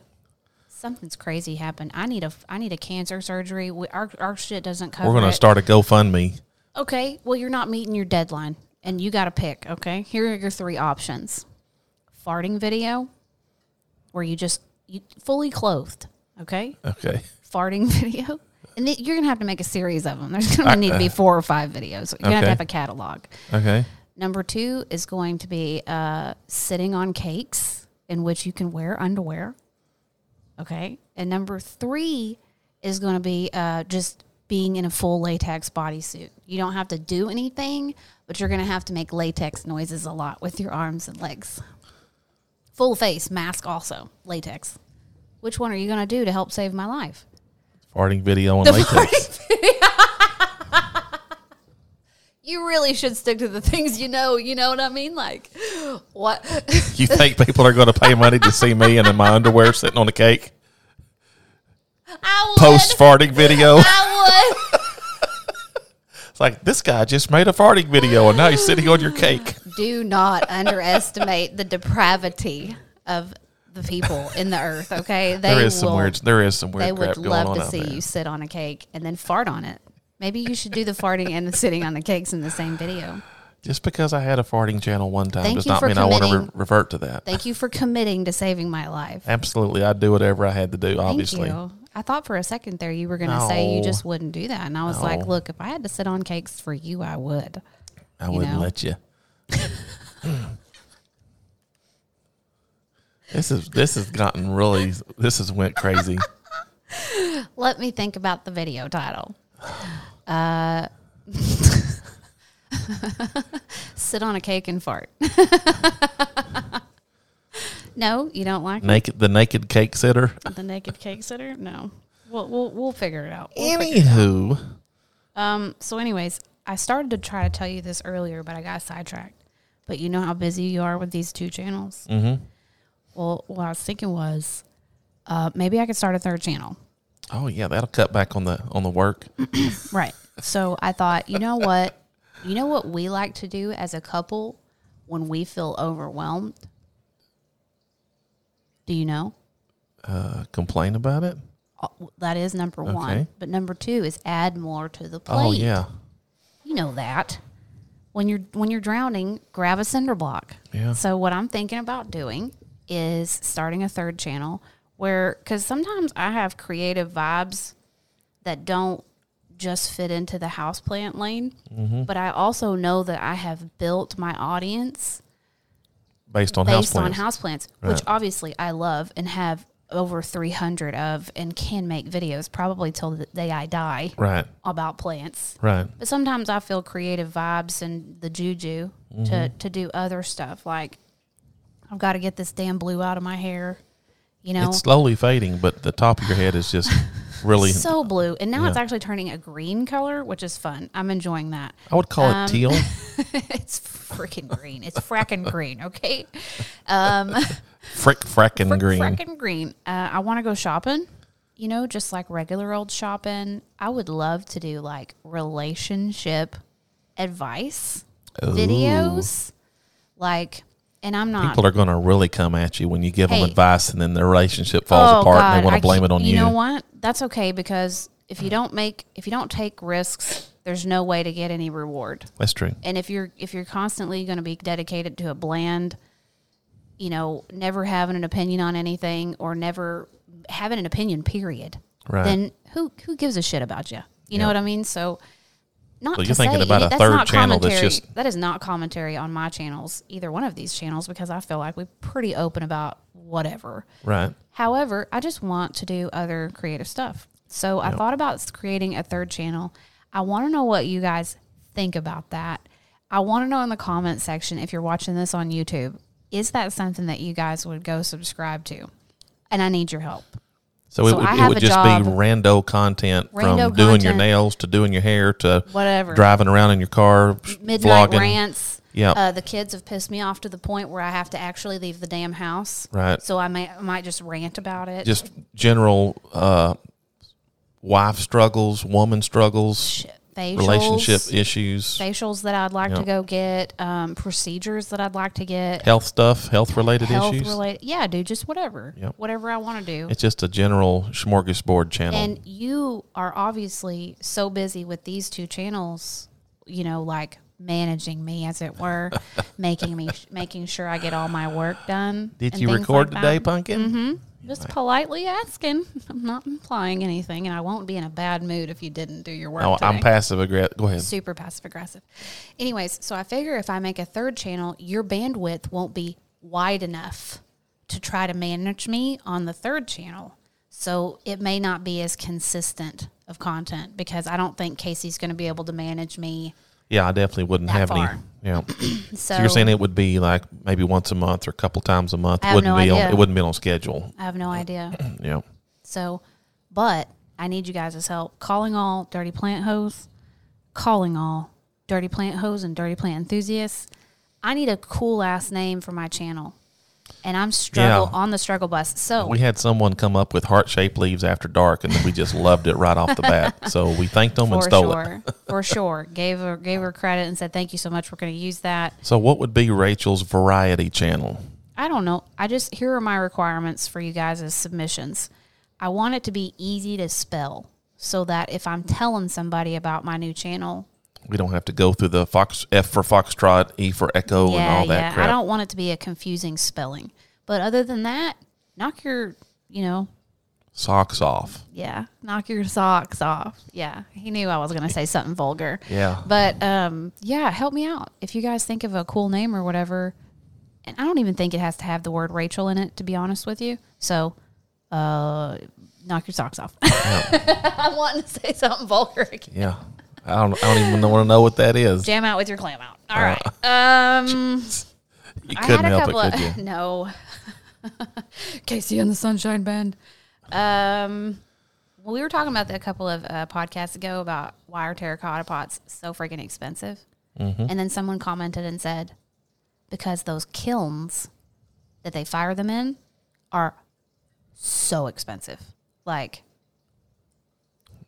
something's crazy happened. I need a I need a cancer surgery. We, our our shit doesn't cover.
We're going
it.
to start a GoFundMe.
Okay. Well, you're not meeting your deadline, and you got to pick. Okay. Here are your three options: farting video, where you just you fully clothed. Okay.
Okay.
farting video. And it, you're going to have to make a series of them. There's going to need to be four or five videos. You're
Okay.
going to have to have a catalog.
Okay.
Number two is going to be uh, sitting on cakes in which you can wear underwear. Okay. And number three is going to be uh, just being in a full latex bodysuit. You don't have to do anything, but you're going to have to make latex noises a lot with your arms and legs. Full face, mask also, latex. Which one are you going to do to help save my life?
Farting video and latex.
you really should stick to the things you know. You know what I mean? Like, what?
you think people are going to pay money to see me and in my underwear sitting on a cake?
I would.
Post farting video.
I
It's like this guy just made a farting video and now he's sitting on your cake.
would. Do not underestimate the depravity of the people in the earth. Okay, they
There is some
will-
weird. There is some weird
They
crap
would
going
love
on
to
out
see
there.
you sit on a cake and then fart on it. Maybe you should do the farting and the sitting on the cakes in the same video.
Just because I had a farting channel one time
Thank
does
you
not
for
mean I want to re-
committing.
revert to that.
Thank you for committing to saving my life.
Absolutely, I'd do whatever I had to do. Obviously,
Thank you. I thought for a second there you were going to say you
No.
just wouldn't do that. And I was
No.
like, look, if I had to sit on cakes for you, I would.
I wouldn't
know.
let you. this is this has gotten really. This has went crazy.
Let me think about the video title. Uh, sit on a cake and fart. no, you don't like
naked, the naked cake sitter.
the naked cake sitter? No. We'll, we'll, we'll figure it out. We'll figure-
Anywho,
um, so, anyways, I started to try to tell you this earlier, but I got sidetracked. But you know how busy you are with these two channels?
Mhm.
Well, what I was thinking was uh, maybe I could start a third channel.
oh yeah, that'll cut back on the on the work. Uh,
Right. So I thought, you know what? You know what we like to do as a couple when we feel overwhelmed? Do you know?
Uh, complain about it.
Uh, That is number
Okay.
one. But number two is add more to the plate.
Oh yeah,
You know that. When you're when you're drowning, grab a cinder block.
Yeah.
So what I'm thinking about doing is starting a third channel where cuz sometimes I have creative vibes that don't just fit into the houseplant lane,
Mm-hmm.
but I also know that I have built my audience
based on
based
house
on
plans.
houseplants, which obviously I love and have over 300 of and can make videos probably till the day I die
right,
about plants.
right.
But sometimes I feel creative vibes and the juju to,
Mm-hmm.
to do other stuff. Like, I've got to get this damn blue out of my hair. You know,
It's slowly fading, but the top of your head is just really.
so blue. And now it's actually turning a green color, which is fun. I'm enjoying that.
I would call
Um,
it teal.
It's freaking green. It's fracking green, okay?
Frick frackin'
Frick
green.
Fracking green. Uh, I want to go shopping, you know, just like regular old shopping. I would love to do like relationship advice videos. Like, and I'm not.
People are going to really come at you when you give
Hey.
them advice and then their relationship falls apart and they want
Oh, I
to blame
can't-
it on you.
You know what? That's okay because if you don't make if you don't take risks, there's no way to get any reward.
That's true.
And if you're if you're constantly going to be dedicated to a bland, you know, never having an opinion on anything or never having an opinion period,
Right.
then who who gives a shit about you? You know
Yeah.
what I mean? So not
So
to
you're thinking
say
about
any-
a
that's
third
not
channel that's
commentary.
just-
that is not commentary on my channels, either one of these channels, because I feel like we're pretty open about whatever.
Right.
However, I just want to do other creative stuff. So I thought about s- creating a third channel. I want to know what you guys think about that. I want to know in the comment section if you're watching this on YouTube, is that something that you guys would go subscribe to? And I need your help.
So, it
So
would,
I
it
have
would
a
just
job-
be rando content from
Rando
doing your
content.
nails to doing your hair to
Whatever.
driving around in your car,
Midnight
vlogging.
rants.
Yeah.
Uh, the kids have pissed me off to the point where I have to actually leave the damn house.
Right.
So I may I might just rant about it.
Just general uh, wife struggles, woman struggles,
facials.
relationship issues,
facials that I'd like
Yeah.
to go get, um, procedures that I'd like to get,
health stuff, health related
health
issues.
related. Yeah, dude, just whatever,
Yep.
whatever I want to do.
It's just a general smorgasbord channel.
and you are obviously so busy with these two channels, you know, like managing me as it were, making me making sure I get all my work done.
Did
and
you
things
record
like
today,
that. Mm-hmm.
Pumpkin?
Just politely asking. I'm not implying anything, and I won't be in a bad mood if you didn't do your work.
No, Oh, I'm
today.
passive aggressive. Go ahead.
super passive aggressive. Anyways, so I figure if I make a third channel, your bandwidth won't be wide enough to try to manage me on the third channel. So it may not be as consistent of content because I don't think Casey's going to be able to manage me.
Yeah, I definitely wouldn't
That
have
far.
any. Yeah.
So,
So you're saying it would be like maybe once a month or a couple times a month.
have
wouldn't
no
be on
idea.
it wouldn't be on schedule.
I have no idea.
Yeah.
So, but I need you guys' help. Calling all dirty plant hoes, calling all dirty plant hoes and dirty plant enthusiasts. I need a cool ass name for my channel, and I'm struggle
Yeah.
on the struggle bus. So
We had someone come up with heart shaped leaves after dark and we just loved it right off the bat. So we thanked them and
for
stole it.
sure, for sure, gave her gave her credit and said thank you so much. We're going to use that.
So what would be Rachel's variety channel?
I don't know. I just here are my requirements for you guys as submissions. I want it to be easy to spell so that if I'm telling somebody about my new channel,
We don't have to go through the Fox F for Foxtrot, E for Echo, and all that crap.
I don't want it to be a confusing spelling. But other than that, knock your, you know,
Socks off.
yeah, knock your socks off. Yeah, he knew I was going to say something vulgar.
Yeah.
But um, yeah, help me out. If you guys think of a cool name or whatever, and I don't even think it has to have the word Rachel in it, to be honest with you. So uh, knock your socks off. I'm wanting to say something vulgar again.
Yeah. I don't, I don't even want to know what that is.
Jam out with your clam out. All
Uh,
right. Um,
you couldn't
I had a
help it,
couple
could
of
you?
no. Casey and the Sunshine Band. Um, well, we were talking about that a couple of uh, podcasts ago about why are terracotta pots so freaking expensive?
Mm-hmm.
And then someone commented and said, because those kilns that they fire them in are so expensive, like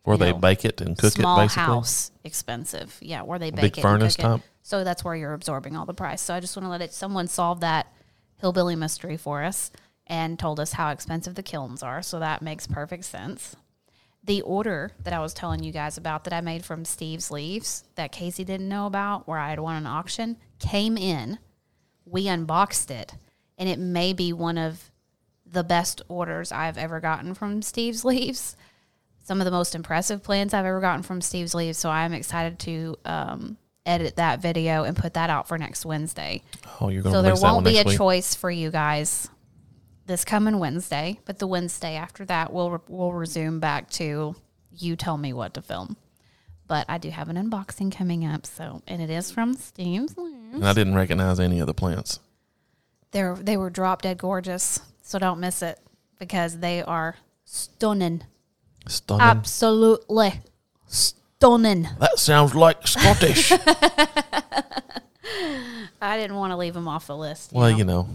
Where they
No.
bake it and cook
small
it, basically.
house expensive. Yeah, where they bake
big
it, and
furnace
cook it.
type?
So that's where you're absorbing all the price. So I just want to let it someone solve that hillbilly mystery for us and told us how expensive the kilns are. So that makes perfect sense. The order that I was telling you guys about that I made from Steve's leaves that Casey didn't know about, where I had won an auction, came in. We unboxed it, and it may be one of the best orders I've ever gotten from Steve's leaves some of the most impressive plans I've ever gotten from Steve's Leaves. So I'm excited to um, edit that video and put that out for next Wednesday.
Oh, you're going to
So there
release that one
won't be
next
a
week.
choice for you guys this coming Wednesday, but the Wednesday after that, we'll we'll resume back to you tell me what to film. But I do have an unboxing coming up, so and it is from Steve's Leaves.
and I didn't recognize any of the plants.
They're they were drop dead gorgeous, so don't miss it because they are stunning, Uh,
Stunning.
absolutely stunning.
that sounds like Scottish.
I didn't want to leave him off the list.
well, you know,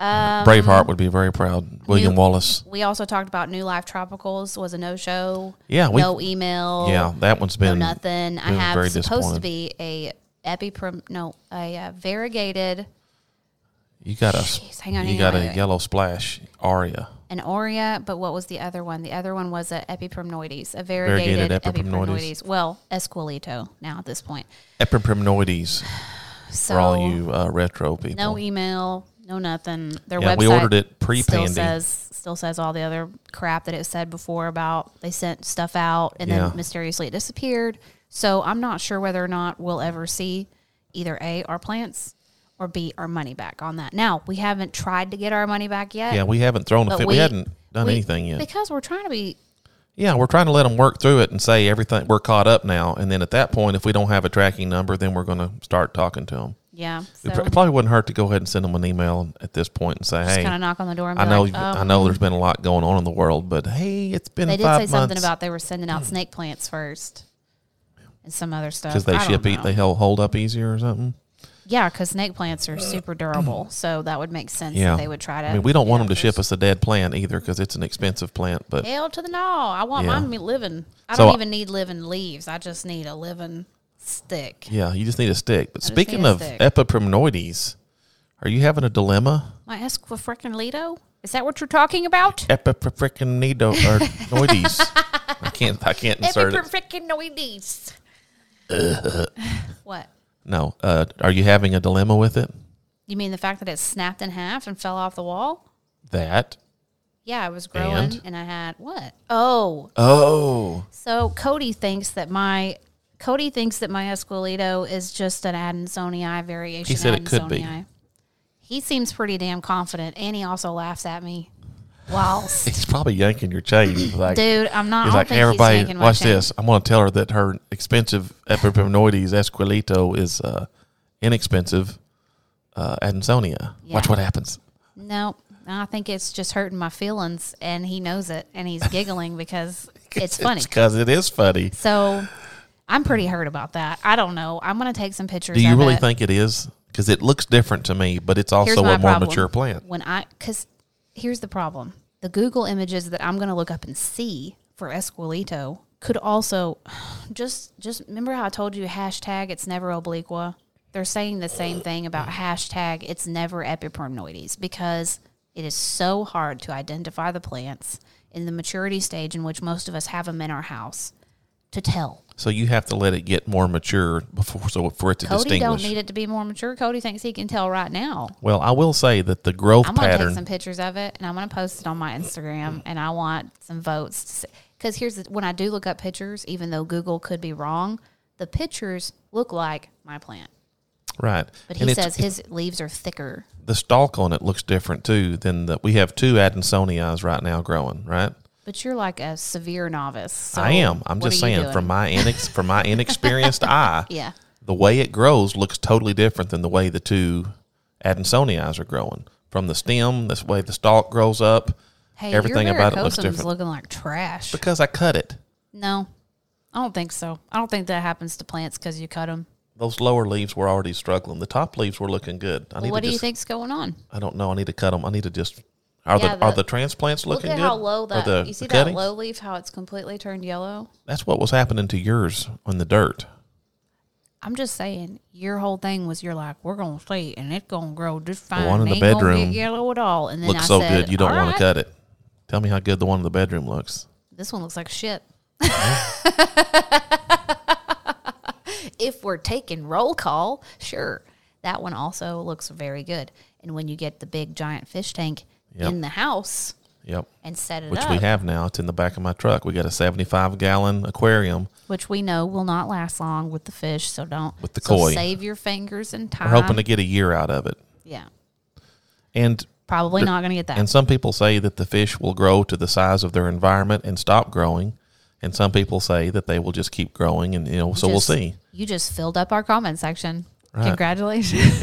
Braveheart would be very proud. William
Um, New-
Wallace.
We also talked about New Life Tropicals was a no show.
Yeah, we-
no email.
Yeah, that one's
no
been
nothing. I
we were very
have supposed to
disappointed.
be a epiprim. No, a uh, variegated,
You got a
hang on,
you
hang
got
on,
a
wait, wait.
yellow splash aria.
an aurea. But what was the other one? The other one was a epiprimnoides, a variegated,
Variegated epiprimnoides.
epiprimnoides. Well, esquilito now at this point.
Epiprimnoides
So
for all you uh, retro people.
no email, no nothing. Their
Yeah,
website
we ordered it
still
pre-pandy.
says still says all the other crap that it said before about they sent stuff out and
Yeah.
then mysteriously it disappeared. So I'm not sure whether or not we'll ever see either A our plants or B our money back on that. Now we haven't tried to get our money back yet.
yeah, we haven't thrown a
but
fit. We, hadn't done
we-
anything yet.
because we're trying to be
yeah, we're trying to let them work through it and say everything. We're caught up now, and then at that point, if we don't have a tracking number, then we're going to start talking to them.
yeah. So
It pr- probably wouldn't hurt to go ahead and send them an email at this point and say, "Hey,
kind of knock on the door. And be
I know,
like,
I
um,
know, there's been a lot going on in the world, but hey, it's been
They did say
five
something
months
about they were sending out snake plants first and some other stuff
because they
I don't
ship eat,
know.
they hel- hold up easier or something."
Yeah, because snake plants are super durable, so that would make sense.
Yeah,
that they would try to.
I mean, we don't
get
want
out
them to ship
first.
us a dead plant either because it's an expensive plant. But
Hell to the no! I want
Yeah.
mine to be living. I
So-
don't even need living leaves. I just need a living stick.
yeah, you just need a stick. But
just
speaking
need a
of
stick.
epiprimnoides, are you having a dilemma?
My Esquifreconito? Is that what you're talking about?
Epiprimnido or noides? I can't. I can't insert it.
Esquifreconoides. what?
No. Uh, are you having a dilemma with it?
You mean the fact that it snapped in half and fell off the wall?
That.
Yeah, it was growing,
And?
and, I had what? Oh,
Oh.
So Cody thinks that my Cody thinks that my Esquilito is just an Adansonii variation.
He said it could be.
Adansonii. He seems pretty damn confident, and he also laughs at me. Whilst,
He's probably yanking your chain. He's Like,
dude, I'm not.
He's
I don't
like,
think
hey,
he's
everybody,
yanking my
watch
chain.
this. I'm going to tell her that her expensive Epiprimnoides esquilito is uh, inexpensive uh, Adansonia. Watch
Yeah.
what happens.
No, I think it's just hurting my feelings, and he knows it, and he's giggling because it's funny.
because it is funny.
So. I'm pretty hurt about that. I don't know. I'm gonna take some pictures.
Do you
of
really
it.
think it is? Because it looks different to me, but it's also
Here's
a
my
more
problem.
mature plant.
When I, because here's the problem: the Google images that I'm going to look up and see for Esquilito could also just just remember how I told you hashtag it's never obliqua. they're saying the same thing about hashtag it's never epipremnoides because it is so hard to identify the plants in the maturity stage in which most of us have them in our house to tell.
So you have to let it get more mature before so for it to
Cody
distinguish.
don't need it to be more mature. Cody thinks he can tell right now.
well, I will say that the growth
I'm gonna take
pattern
some pictures of it and I'm gonna post it on my Instagram and I want some votes. Because here's the, when I do look up pictures, even though Google could be wrong, the pictures look like my plant.
right.
But
And
he
it's-
says his leaves are thicker.
the stalk on it looks different too than the we have two Adansonii right now growing, right?
But you're like a severe novice. so
I am. I'm
what
just
are you
saying
doing?
from my inex from my inexperienced eye,
yeah.
the way it grows looks totally different than the way the two Adansonii are growing. From the stem, this way the stalk grows up,
Hey,
everything
your
about it looks
varicosum's
different.
looking like trash.
because I cut it.
No, I don't think so. I don't think that happens to plants because you cut them.
Those lower leaves were already struggling. The top leaves were looking good. I need
What
to
do you
just-
think's going on?
I don't know. I need to cut them. I need to just. Are
Yeah,
the, are
the-
the transplants
Look
looking
at
good?
how low
Are
that.
the-
you see
the
that
cuttings?
low leaf? How it's completely turned yellow.
That's what was happening to yours on the dirt.
I'm just saying, your whole thing was you're like, we're gonna see, it, and it's gonna grow just fine.
one in
and
the
ain't gonna get
bedroom
yellow at all. And then
looks
I
so
said,
good you don't
"All
want
right,
to cut it. Tell me how good the one in the bedroom looks.
This one looks like shit. if we're taking roll call, sure. That one also looks very good. And when you get the big giant fish tank
Yep.
in the house
Yep.
and set it
Which
up,
we have now. It's in the back of my truck. We got a 75 gallon aquarium.
which we know will not last long with the fish, so don't
With the
so
koi.
Save your fingers and time.
We're hoping to get a year out of it.
yeah,
And
probably not going to get that.
and some people say that the fish will grow to the size of their environment and stop growing. And some people say that they will just keep growing and you know, so we'll
Just-
see.
You just filled up our comment section.
Right.
Congratulations.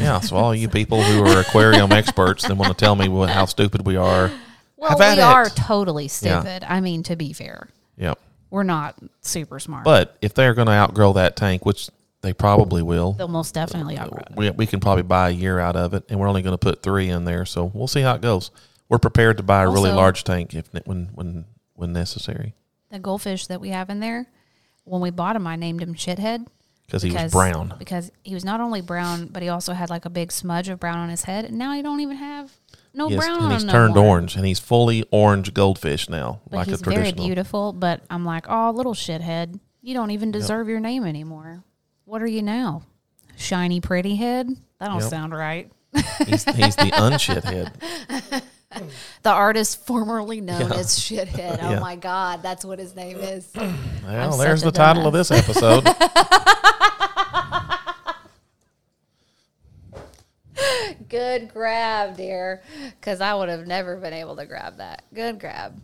Yeah, so all you people who are aquarium experts and want to tell me what, how stupid we are.
well,
have at
we
it.
are totally
Yeah.
stupid. I mean, to be fair,
Yep.
we're not super smart.
But if they're going to outgrow that tank, which they probably will,
They'll most definitely outgrow. it.
we, we can probably buy a year out of it, and we're only going to put three in there. So we'll see how it goes. We're prepared to buy a really
Also-
large tank if ne- when when when necessary
The goldfish that we have in there, when we bought him, I named him Shithead.
because he was brown.
Because he was not only brown, but he also had like a big smudge of brown on his head. And now he don't even have no
Yes,
Oh, brown
and
on
he's
him no
turned
more.
orange, and he's fully orange goldfish now,
But
like
he's
a
very
traditional.
beautiful. But I'm like, oh, little shithead. You don't even deserve your name anymore. What are you now? Shiny pretty head? That don't
Yep.
sound right.
he's, he's the unshit head.
The artist formerly known
Yeah.
as Shithead. Oh
Yeah.
my God, that's what his name is.
Well,
such
there's
a
the title of this episode.
Good grab, dear. Because I would have never been able to grab that. Good grab.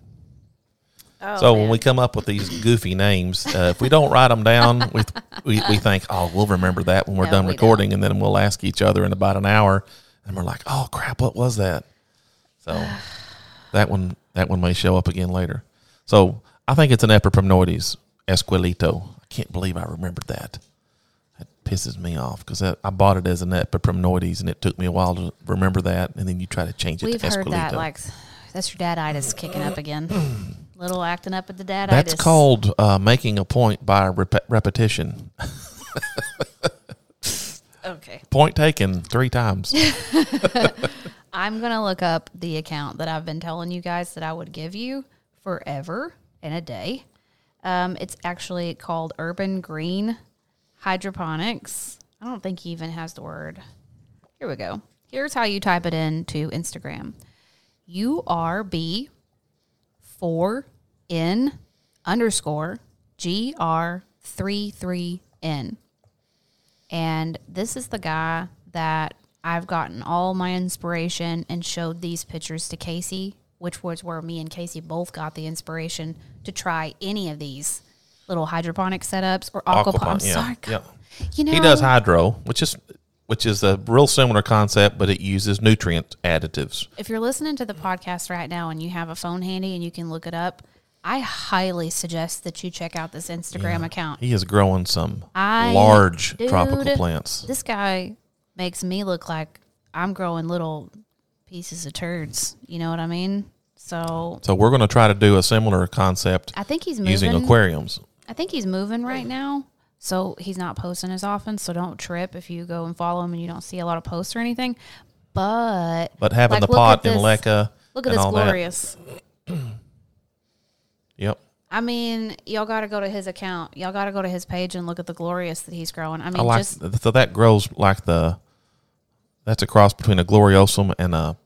Oh,
so when we come up with these goofy names, uh, if we don't write them down, we, we we think, oh, we'll remember that when we're
No,
done
we
recording, and then we'll ask each other in about an hour, and we're like, oh crap, what was that? So that one that one may show up again later. So I think it's an epipremnoides esquilito. I can't believe I remembered that. That pisses me off because I, I bought it as an epipremnoides, and it took me a while to remember that, and then you try to change it
We've
to esquilito.
heard that. Like, that's your daditis kicking up again. Little acting up at the daditis.
That's called uh, making a point by rep- repetition.
Okay.
Point taken three times.
I'm going to look up the account that I've been telling you guys that I would give you forever in a day. Um, it's actually called Urban Green Hydroponics. I don't think he even has the word. Here we go. Here's how you type it in to Instagram U R B 4 N underscore G R 3 3 N. And this is the guy that I've gotten all my inspiration and showed these pictures to Casey, which was where me and Casey both got the inspiration to try any of these little hydroponic setups or aquaponics. I'm
yeah,
sorry.
yeah.
You know,
He does hydro, which is which is a real similar concept, but it uses nutrient additives.
if you're listening to the podcast right now and you have a phone handy and you can look it up, I highly suggest that you check out this Instagram account.
He is growing some
I-
large
dude,
tropical plants.
This guy makes me look like I'm growing little pieces of turds. You know what I mean? So
So we're going to try to do a similar concept
I think he's moving.
using aquariums.
I think he's moving right now, So he's not posting as often. So don't trip if you go and follow him and you don't see a lot of posts or anything. But
But having
Like,
the
look
pot
at
in
this-
Leka.
look at
and
this
all that.
glorious.
Yep.
I mean, y'all got to go to his account. Y'all got to go to his page and look at the glorious that he's growing. I mean,
I like
just
so that grows like the that's a cross between a gloriosum and a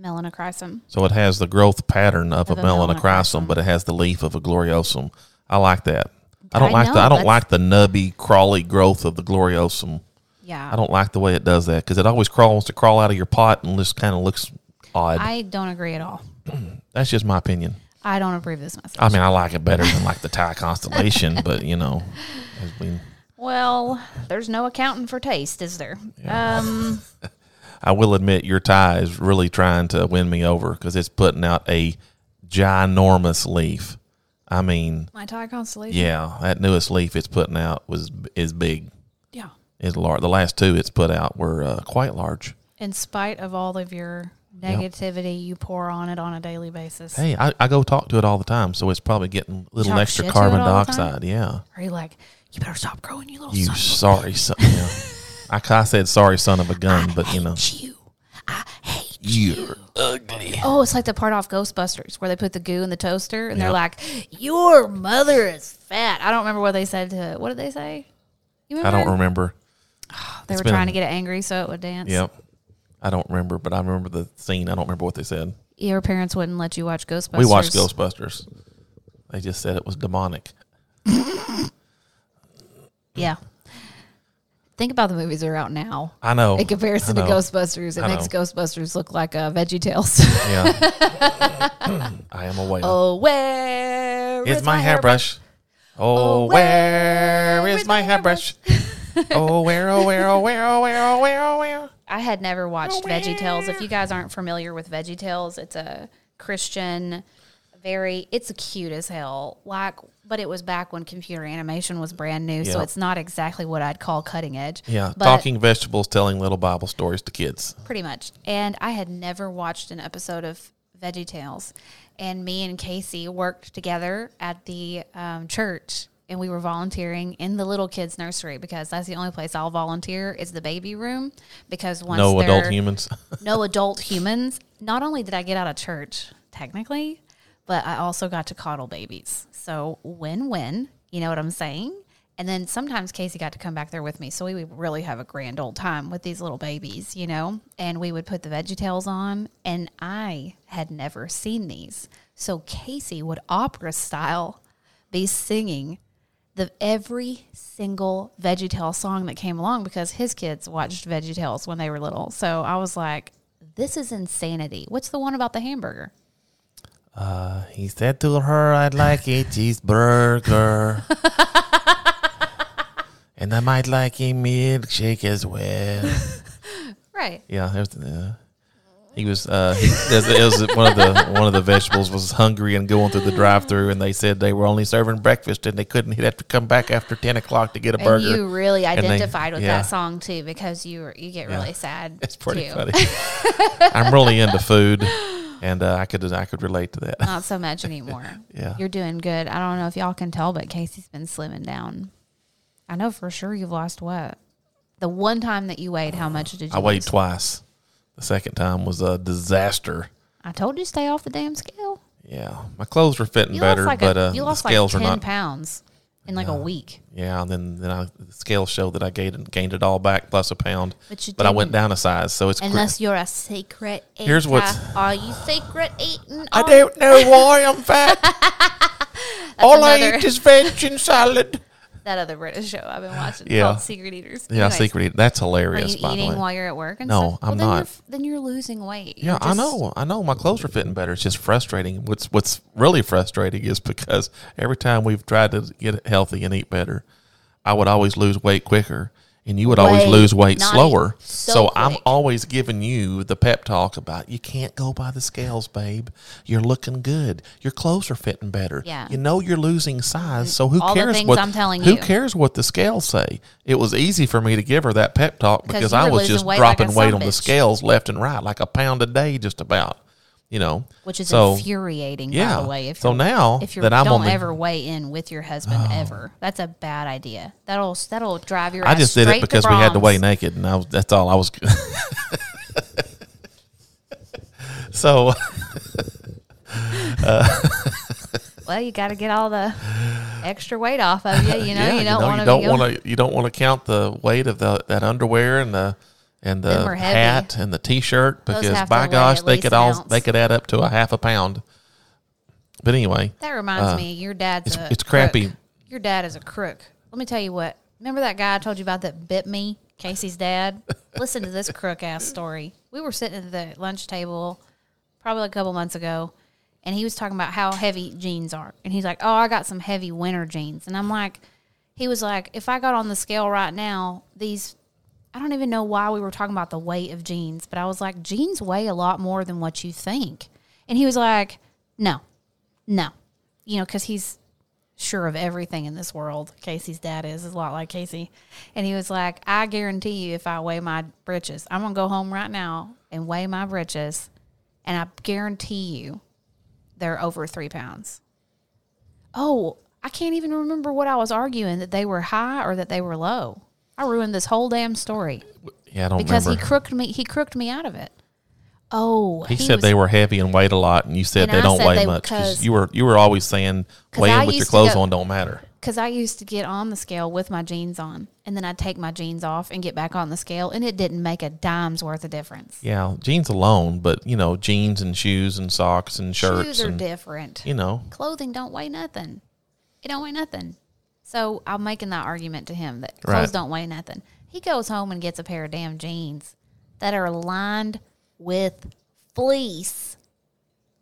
melanochrysum.
so it has the growth pattern of,
Of
a,
a
melanochrysum,
melanochrysum.
but it has the leaf of a gloriosum. I like that. I don't
I
like
know,
the I don't
that's-
like the nubby crawly growth of the gloriosum.
Yeah,
I don't like the way it does that because it always crawls to crawl out of your pot and just kind of looks odd.
I don't agree at all.
That's just my opinion.
I don't approve this message.
I mean, I like it better than like the Thai constellation, but you know, as we,
well, there's no accounting for taste, is there? Um,
I will admit your Thai is really trying to win me over because it's putting out a ginormous leaf. I mean,
my Thai constellation.
yeah, that newest leaf it's putting out was is big,
yeah.
is large. The last two it's put out were uh, quite large.
In spite of all of your negativity you pour on it on a daily basis,
Hey, I, I go talk to it all the time, so it's probably getting a little
Talk
extra
shit to it
carbon
all the time?
dioxide. Yeah.
are you like, you better stop growing, you little
You
son of
sorry son. Yeah. I, ca- I said sorry son of a gun, but you know
a bitch, you? I hate
you're ugly.
Oh, it's like the part off Ghostbusters where they put the goo in the toaster and they're like, "Your mother is fat." I don't remember what they said to. What did they say?
I
You remember?
don't remember.
They were
been
trying
a-
to get it angry so it would dance.
Yep. I don't remember, but I remember the scene. I don't remember what they said.
Your parents wouldn't let you watch Ghostbusters.
We watched Ghostbusters. They just said it was demonic.
Yeah. Think about the movies that are out now
Oh, I know.
in comparison to
know.
Ghostbusters. It
I
makes
know.
Ghostbusters look like uh, Veggie Tales.
Yeah. I am a whale.
oh, where
is my hairbrush? Oh, where is my hairbrush? oh, where, oh, where, oh, where, oh, where, oh, where, oh, where?
I had never watched Veggie Tales. If you guys aren't familiar with Veggie Tales, it's a Christian, very it's cute as hell. Like, but it was back when computer animation was brand new, so
Yeah.
it's not exactly what I'd call cutting edge.
Yeah.
but
Talking vegetables, telling little Bible stories to kids.
pretty much. And I had never watched an episode of Veggie Tales, and me and Casey worked together at the um, church. And we were volunteering in the little kids' nursery because that's the only place I'll volunteer is the baby room because once
No adult
they're-
humans.
no adult humans. Not only did I get out of church, technically, but I also got to coddle babies. So win win. You know what I'm saying? And then sometimes Casey got to come back there with me. So we would really have a grand old time with these little babies, you know? And we would put the veggie tails on. And I had never seen these. So Casey would opera style be singing the every single VeggieTales song that came along because his kids watched VeggieTales when they were little. So I was like, this is insanity. What's the one about the hamburger?
He said to her, I'd like a cheeseburger. and I might like a milkshake as well.
Right.
Yeah, it was, uh, he was. Uh, he, it was one of the one of the vegetables was hungry and going through
Mm.
the drive-through, and they said they were only serving breakfast and they couldn't. He'd have to come back after ten o'clock to get a
And
burger.
you really
they-
identified with
yeah.
that song too because you were, you get
Yeah.
really sad.
It's pretty
too.
funny. I'm really into food, and uh, I could I could relate to that.
Not so much anymore.
Yeah.
You're doing good. I don't know if y'all can tell, but Casey's been slimming down. I know for sure you've lost what? The one time that you weighed, how much did you
I weighed
lose?
twice. The second time was a disaster.
I told you stay off the damn scale.
Yeah, my clothes were fitting
You
better,
lost like
but
a,
uh,
you
the
lost
scales
like
were
ten
not.
pounds in like a week.
Yeah, and then then I, the scales showed that I gained gained it all back plus a pound.
But you
I went
didn't.
down a size, so it's cr-
Unless you're a secret eater.
Here's what's-
Are you secret eating?
I
Oh,
don't know why I'm fat. All I
another-
eat is veg and salad.
That other British show I've been watching
Yeah.
called Secret Eaters.
Yeah,
Anyways,
secret eating. That's
Are you
hilarious, by the
eating
way.
while you're at work? And
No,
stuff?
I'm
then
not.
You're, f- then you're losing weight.
yeah,
You're
I
just-
know. I know my clothes are fitting better. It's just frustrating. What's what's really frustrating is because every time we've tried to get healthy and eat better, I would always lose weight quicker. And you would always
Way,
lose weight
not e-
slower.
so
I'm
quick.
always giving you the pep talk about you can't go by the scales, babe. You're looking good. Your clothes are fitting better.
Yeah.
You know you're losing size. So who
All the
cares
things
what
I'm telling
who
you.
cares what the scales say? It was easy for me to give her that pep talk because
you
I
were
was
losing
just
weight like a
dropping weight on the
sumbitch.
scales left and right, like a pound a day, just about. You know,
which is
so
infuriating
yeah.
by the way. If
so
you're-
now
if you
that I'm
don't
on the, Oh.
ever weigh in with your husband ever, that's a bad idea. That'll that'll drive your.
I
ass
just did
straight
it because we had to
Brahms.
weigh naked, and I was, that's all I was. so
Well, you got to get all the extra weight off of you. You know,
yeah,
you don't want
you
to.
don't want to you don't want to count the weight of the that underwear and the and the
are heavy.
hat and the t-shirt because
have to
by
weigh
gosh
at
they
least
could
an
all
ounce.
they could add up to a half a pound. But anyway,
That reminds me, your dad's
Uh, it's-
a
it's crappy.
crook. Your dad is a crook. Let me tell you what. Remember that guy I told you about that bit me, Casey's dad? Listen to this crook ass story. We were sitting at the lunch table probably a couple months ago, and he was talking about how heavy jeans are. And he's like, "Oh, I got some heavy winter jeans." And I'm like, he was like, "If I got on the scale right now, these." I don't even know why we were talking about the weight of jeans, but I was like, jeans weigh a lot more than what you think. And he was like, no, no, you know, because he's sure of everything in this world. Casey's dad is is a lot like Casey, and he was like, "I guarantee you, if I weigh my britches, I'm gonna go home right now and weigh my britches, and I guarantee you, they're over three pounds." Oh, I can't even remember what I was arguing that they were high or that they were low. I ruined this whole damn story
yeah, I don't
because
remember.
he crooked me. He crooked me out of it. Oh,
He, said
was-
they were heavy and weighed a lot, and you said
And
they
I
don't
said
weigh
they-
much. 'cause
'cause-
you were you were always saying
'Cause I
weighing with your
used to
clothes
go-
on don't matter.
because I used to get on the scale with my jeans on, and then I'd take my jeans off and get back on the scale, and it didn't make a dime's worth of difference.
Yeah, jeans alone, but you know, jeans and shoes and socks and shirts
Shoes are
and
different.
you know,
Clothing don't weigh nothing. It don't weigh nothing. So I'm making that argument to him that
Right.
clothes don't weigh nothing. He goes home and gets a pair of damn jeans that are lined with fleece.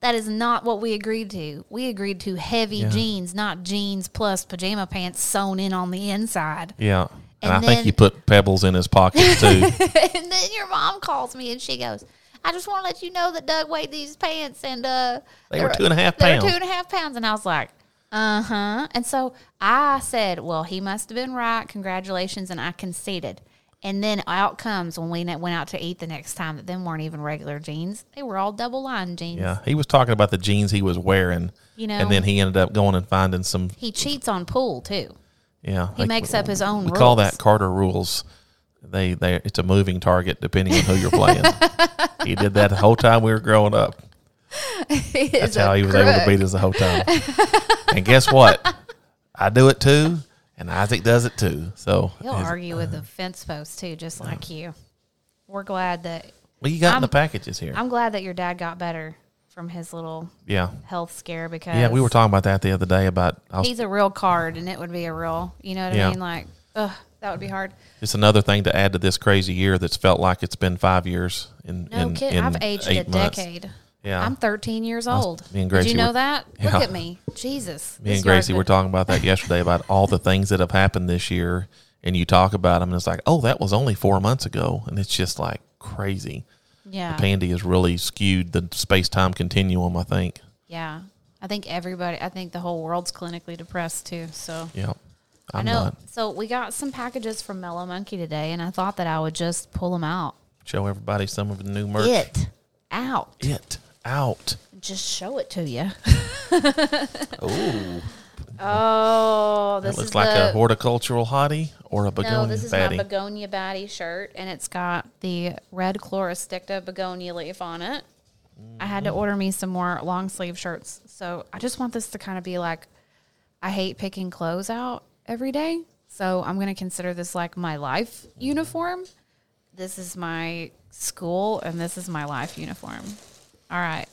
That is not what we agreed to. We agreed to heavy jeans, not jeans plus pajama pants sewn in on the inside.
yeah. And,
And
I think
then-
he put pebbles in his pockets too.
and then your mom calls me and she goes, I just want to let you know that Doug weighed these pants and uh,
They were two and a half
they were
pounds.
two and a half pounds. And I was like, uh huh. And so I said, Well, he must have been right. Congratulations. And I conceded. And then out comes when we ne- went out to eat the next time that them weren't even regular jeans. They were all double line jeans.
Yeah, he was talking about the jeans he was wearing.
You
and then
know?
he ended up going and finding some.
He cheats on pool too.
Yeah,
He makes up his own
We call
rules.
that Carter rules. They they it's a moving target depending on who you're playing. he did that the whole time we were growing up. That's how he was able to beat us the whole time. and guess what? I do it too, and Isaac does it too. So
He'll
it's-
argue with the fence post too, just like you. We're glad that
what you got in
I'm-
the packages here?
I'm glad that your dad got better from his little
yeah,
health scare because
yeah. We were talking about that the other day about I was
he's a real card and it would be a real you know what
Yeah.
I mean like ugh, that would be hard.
It's another thing to add to this crazy year that's felt like it's been five years. In
No
in,
kid,
in
I've aged a
eight months.
decade.
Yeah.
I'm 13 years
was-
old.
me and
Did
Gracie
you
were-
know that?
Yeah.
Look at me, Jesus.
Me
This
and
yard's
Gracie were
been-
talking about that yesterday about all the things that have happened this year, and you talk about them, and it's like, oh, that was only four months ago, and it's just like crazy.
Yeah,
Pandy has really skewed the space time continuum. I think.
yeah. I think everybody. I think the whole world's clinically depressed too. So
Yeah,
I
I'm
know.
not
So we got some packages from Mellow Monkey today, and I thought that I would just pull them out.
show everybody some of the new merch.
It out.
It out.
Just show it to you.
Oh,
Oh,
that
this
looks
is
like
the,
a horticultural hottie or a begonia
No, this is
fatty.
my begonia batty shirt, and it's got the red chloristicta begonia leaf on it. I had
Mm.
to order me some more long sleeve shirts, so I just want this to kind of be like, I hate picking clothes out every day, so I'm gonna consider this like my life uniform. This is my school, and this is my life uniform. All right,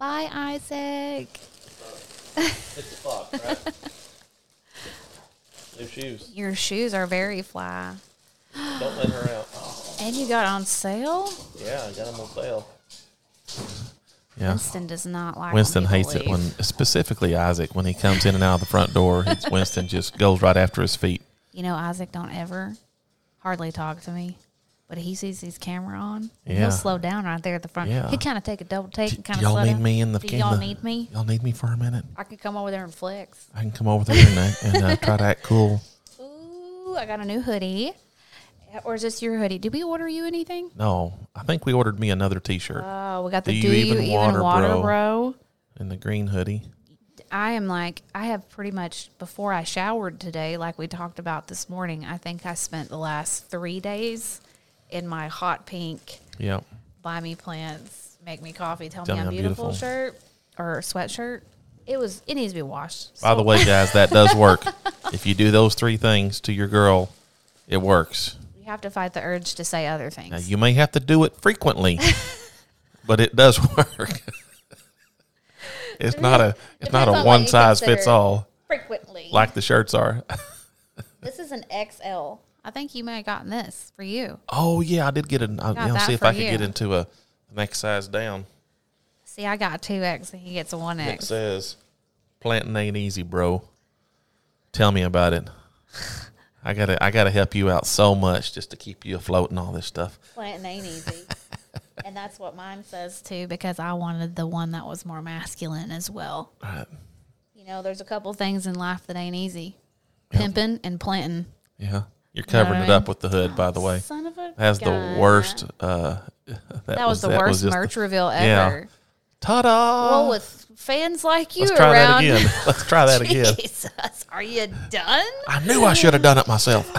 bye, Isaac.
New shoes.
Your shoes are very fly,
Don't let her out.
and you got on sale.
Yeah, I got them on sale. Yeah.
Winston does not like.
Winston
when people
hates it
leave.
when, specifically Isaac, when he comes in and out of the front door, it's Winston just goes right after his feet.
You know, Isaac don't ever hardly talk to me, but he sees his camera on. and
Yeah.
He'll slow down right there at the front.
Yeah.
He kind of take a double take and kind
Do
of.
y'all
slow
need
down.
me in the
Do y'all
in the-
need me?
Y'all need me for a minute.
I could come over there and flex.
uh, I can come over there and, and uh, try to act cool.
Ooh, I got a new hoodie, Or is this your hoodie? Did we order you anything?
No, I think we ordered me another T-shirt
Oh, we got the
Do
Do,
You
You
Even
Even,
Water,
water,
Bro?
bro?
in the green hoodie.
I am like, I have pretty much, before I showered today, like we talked about this morning, I think I spent the last three days in my hot pink,
Yep.
buy me plants, make me coffee, tell,
Tell
me I'm beautiful,
beautiful.
shirt or sweatshirt. It was, it needs to be washed.
By the way, guys, that does work. if you do those three things to your girl, it works.
You have to fight the urge to say other
Now,
things.
you may have to do it frequently, but it does work. it's not a it's not
Depends on what
a
you
one size fits
consider.
all
Frequently.
like the shirts are.
this is an XL. I think you may have gotten this for you.
oh yeah, I did get an. I'll
Got
you know,
that
see if
for
I could get
you.
into a next size down
See, I got two X and he gets a one
that
X.
says "Planting ain't easy, bro." Tell me about it. I gotta I gotta help you out so much just to keep you afloat and all this stuff.
Planting ain't easy. E, and that's what mine says too, because I wanted the one that was more masculine as well.
All right.
You know, there's a couple things in life that ain't easy. Pimping and planting.
Yeah, you're covering it
Alright.
up with the hood, by the way.
Son of a
That's
gun.
the worst. Uh, that,
That was the worst
just
merch reveal
yeah.
ever.
Ta-da!
Well, with fans like you
Let's try
around.
that again. Let's try that again.
Jesus, are you done?
I knew I should have done it myself.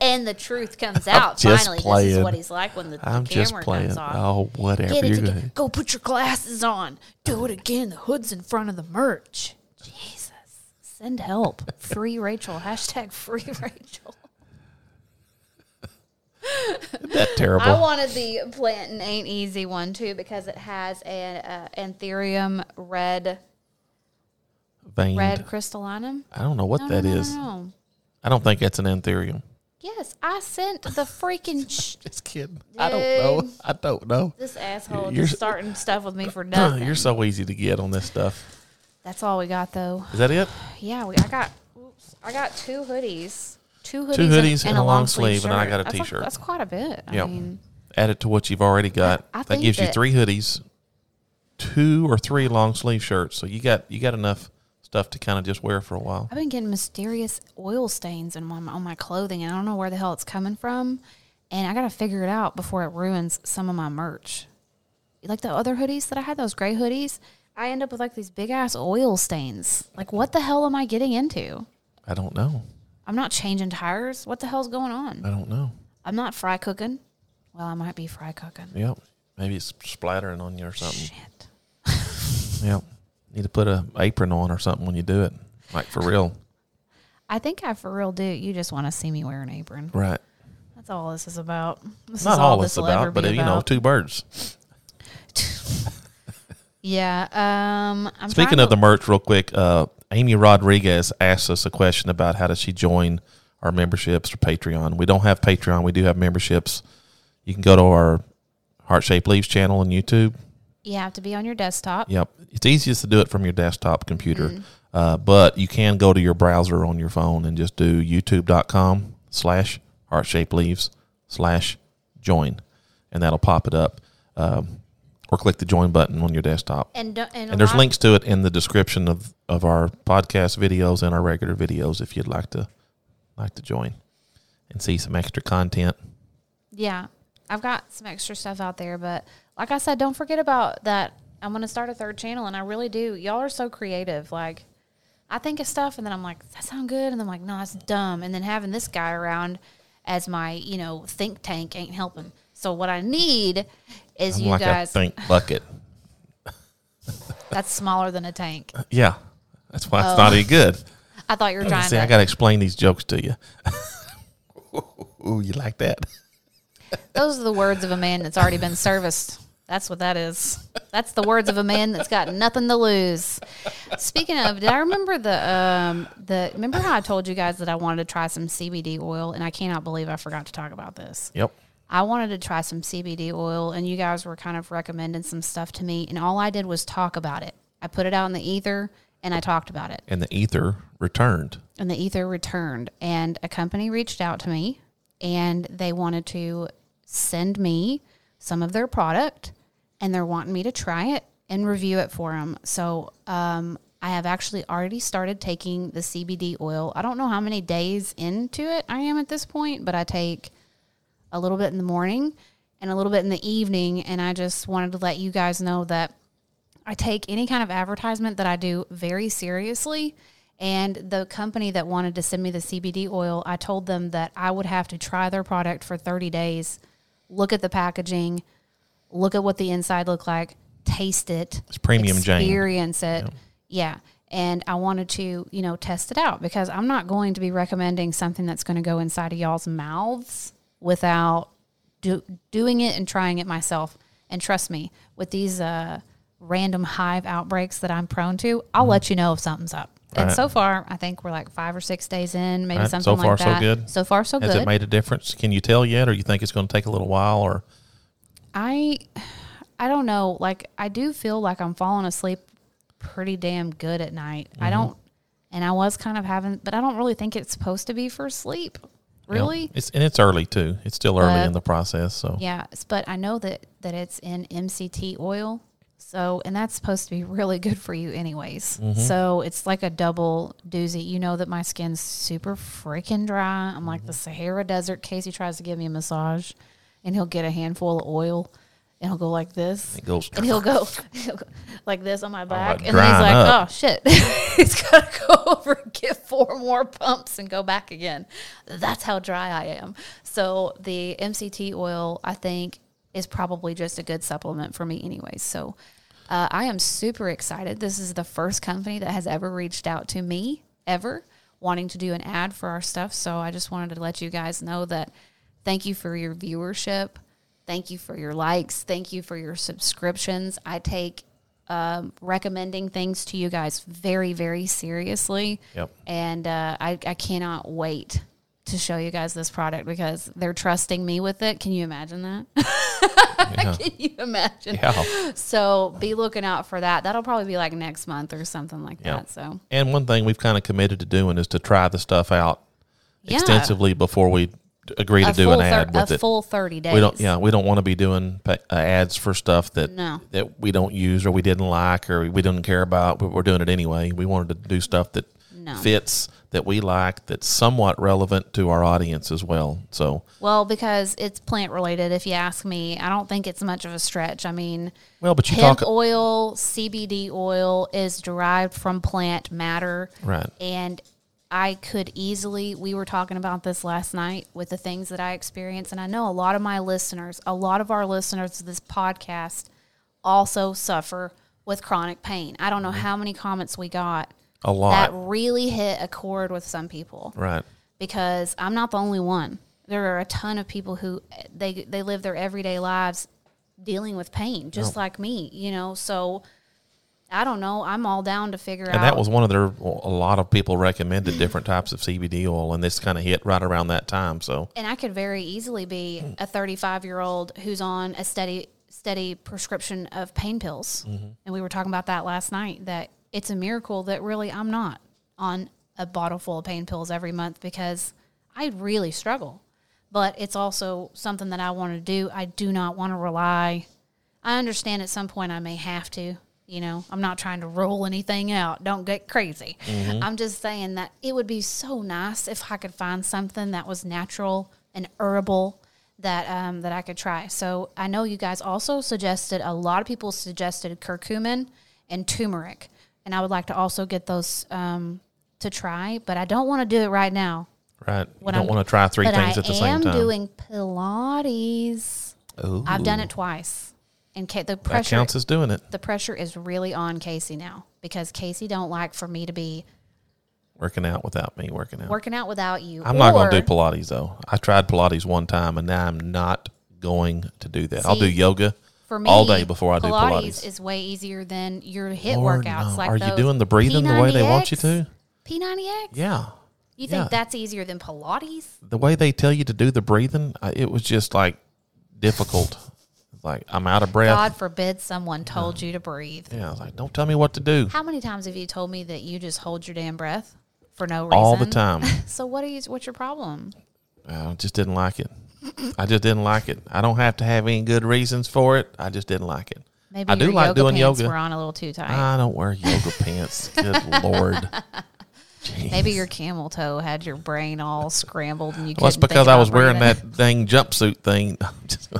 and the truth comes out.
just
Finally, this
playing.
is what he's like when the, the
I'm
camera
just playing.
comes off.
Oh, whatever.
Get it
You're
toge-
gonna-
Go put your glasses on. Do it again. The hood's in front of the merch. Jesus. Send help. Free Rachel. Hashtag free Rachel.
that terrible.
I wanted the plantain ain't easy one too because it has an uh, antherium red
Veined.
red crystallinum.
I don't know what
No,
that is.
no, no, no, no.
I don't think that's an anthurium.
Yes, I sent the freaking sh-
Just kidding. I don't know. I don't know.
this asshole
You're-
just starting stuff with me for nothing.
You're so easy to get on this stuff.
That's all we got though.
Is that it?
Yeah, we, I got oops, I got two hoodies. Two hoodies,
hoodies and a long sleeve, and I got a
That's like-
t-shirt.
that's quite a bit. I
Yep.
mean,
Add it to what you've already got.
I
that
think
gives you
that-
three hoodies, two or three long sleeve shirts. So you got you got enough stuff to kind of just wear for a while.
I've been getting mysterious oil stains in my, on my clothing, and I don't know where the hell it's coming from. And I got to figure it out before it ruins some of my merch. Like the other hoodies that I had, those gray hoodies, I end up with like these big ass oil stains. Like, what the hell am I getting into?
I don't know.
I'm not changing tires. What the hell's going on?
I don't know.
I'm not fry cooking. Well, I might be fry cooking.
Yep. Maybe it's splattering on you or something.
Shit.
Yep. Need to put a apron on or something when you do it. Like for real.
I think I for real do. You just want to see me wear an apron.
Right.
That's all this is about. This
Not
is
all,
all
it's
this will ever
about,
be
but you know,
about.
two birds.
Yeah. Um. I'm
Speaking
trying
of
to-
the merch, real quick, uh, Amy Rodriguez asked us a question about how does she join our memberships or Patreon. We don't have Patreon, we do have memberships. You can go to our Heart Shaped Leaves channel on YouTube.
you have to be on your desktop.
Yep. It's easiest to do it from your desktop computer,
Mm.
uh, but you can go to your browser on your phone and just do youtube.com slash heart shaped leaves slash join, and that'll pop it up. Um, or click the join button on your desktop.
And don't, and, a
And there's
lot-
links to it in the description of, of our podcast videos and our regular videos if you'd like to like to join and see some extra content.
Yeah, I've got some extra stuff out there, but like I said, don't forget about that. I'm gonna start a third channel, and I really do. Y'all are so creative. Like, I think of stuff, and then I'm like, "Does that sound good," and then I'm like, "No, that's dumb." And then having this guy around as my, you know, think tank ain't helping. So what I need is
I'm
you
like
guys.
a think bucket.
That's smaller than a tank.
Yeah. That's why
Oh.
it's not any good.
I thought you were trying
See,
to.
I got to explain these jokes to you. Ooh, you like that?
Those are the words of a man that's already been serviced. That's what that is. That's the words of a man that's got nothing to lose. Speaking of, did I remember the um the remember how I told you guys that I wanted to try some CBD oil and I cannot believe I forgot to talk about this.
Yep.
I wanted to try some CBD oil and you guys were kind of recommending some stuff to me and all I did was talk about it. I put it out in the ether and I talked about it.
And the ether returned.
And the ether returned, and a company reached out to me and they wanted to send me some of their product and they're wanting me to try it and review it for them. So um, I have actually already started taking the CBD oil. I don't know how many days into it I am at this point, but I take a little bit in the morning and a little bit in the evening. And I just wanted to let you guys know that I take any kind of advertisement that I do very seriously. And the company that wanted to send me the CBD oil, I told them that I would have to try their product for 30 days, look at the packaging, look at what the inside looked like, taste it,
It's premium, Jane.
experience it. Yeah. And I wanted to, you know, test it out because I'm not going to be recommending something that's going to go inside of y'all's mouths without do, doing it and trying it myself. And trust me, with these uh, random hive outbreaks that I'm prone to, I'll
Mm-hmm.
let you know if something's up. And so far, I think we're like five or six days in, maybe
All right. So
something
far,
like
so
that.
good?
So far, so
Has
Oh, good.
it made a difference? Can you tell yet, or you think it's going to take a little while? Or
I I don't know. Like I do feel like I'm falling asleep pretty damn good at night.
Mm-hmm.
I don't and I was kind of having but I don't really think it's supposed to be for sleep.
you know,
Really?
it's and it's early too. It's still early
But-
in the process. So
Yeah, s- but I know that that it's in MCT oil. So, and that's supposed to be really good for you anyways. So, it's like a double doozy. You know that my skin's super freaking dry. I'm like the Sahara desert. Casey tries to give me a massage and he'll get a handful of oil and he'll go like this.
it goes.
and he'll go, he'll go like this on my back,
about
and then he's
drying
like,
up.
"Oh shit, he's got to go over and get four more pumps and go back again." That's how dry I am. So the MCT oil, I think, is probably just a good supplement for me, anyways. So uh, I am super excited. This is the first company that has ever reached out to me ever wanting to do an ad for our stuff. So I just wanted to let you guys know that thank you for your viewership. Thank you for your likes. Thank you for your subscriptions. I take um, recommending things to you guys very, very seriously.
Yep.
And uh, I, I cannot wait to show you guys this product because they're trusting me with it. Can you imagine that? Can you imagine?
Yeah.
So be looking out for that. That'll probably be like next month or something like
Yeah.
that. So
And one thing we've kind of committed to doing is to try the stuff out
yeah,
extensively before we d- agree to
a
do
full
an ad
thir-
with
a
it.
full thirty days.
we don't. Yeah, we don't want to be doing pa- uh, ads for stuff that
No.
that we don't use or we didn't like or we didn't care about. But we're doing it anyway. We wanted to do stuff that
No.
fits that we like that's somewhat relevant to our audience as well. So
Well, because it's plant related. If you ask me, I don't think it's much of a stretch. I mean,
well, but you
hemp
talk
oil, CBD oil is derived from plant matter.
right.
And I could easily, we were talking about this last night with the things that I experience. And I know a lot of my listeners, a lot of our listeners of this podcast also suffer with chronic pain. I don't know how many comments we got
Mm-hmm. A
that
lot.
really hit a chord with some people
right.
because I'm not the only one. There are a ton of people who eh, they they live their everyday lives dealing with pain, just
Oh.
like me, you know. So I don't know. I'm all down to figure out.
And that was one of their. A lot of people recommended different types of CBD oil, and this kind of hit right around that time. So
and I could very easily be a 35 year old who's on a steady steady prescription of pain pills. And we were talking about that last night that it's a miracle that really I'm not on a bottle full of pain pills every month because I really struggle. But it's also something that I want to do. I do not want to rely. I understand at some point I may have to. You know, I'm not trying to roll anything out. Don't get crazy.
Mm-hmm.
I'm just saying that it would be so nice if I could find something that was natural and herbal that um, that I could try. So I know you guys also suggested a lot of people suggested curcumin and turmeric, and I would like to also get those um, to try, but I don't want to do it right now.
right,
What
you don't
I'm-
want to try three
But
things
I
at the same
am
time.
doing Pilates.
Ooh,
I've done it twice, and ca- the
that
pressure
counts as doing it.
the pressure is really on Casey now because Casey don't like for me to be
Working out without me working out.
working out without you.
I'm not going
or-
to do Pilates though. I tried Pilates one time, and now I'm not going to do that. I'll do
See,
yoga
for me
all day before I do
Pilates.
Pilates.
is way easier than your hit
Lord,
workouts.
no.
Like
Are
those
you doing the breathing the way they want you to?
P90X.
Yeah, yeah.
You think that's easier than Pilates?
the way they tell you to do the breathing, I, it was just like difficult. Like I'm out of breath.
God forbid someone told you to breathe.
Yeah, I was like, don't tell me what to do
How many times have you told me that you just hold your damn breath for no reason?
all the time.
So what are you? What's your problem?
I just didn't like it. I just didn't like it. I don't have to have any good reasons for it. I just didn't like it.
Maybe
I do
your
like
yoga
doing
pants
yoga.
were on a little too tight.
I don't wear yoga pants. Good lord. Jeez.
Maybe your camel toe had your brain all scrambled and you.
Well, that's
couldn't think
because I
about
was wearing
breathing.
that dang jumpsuit thing.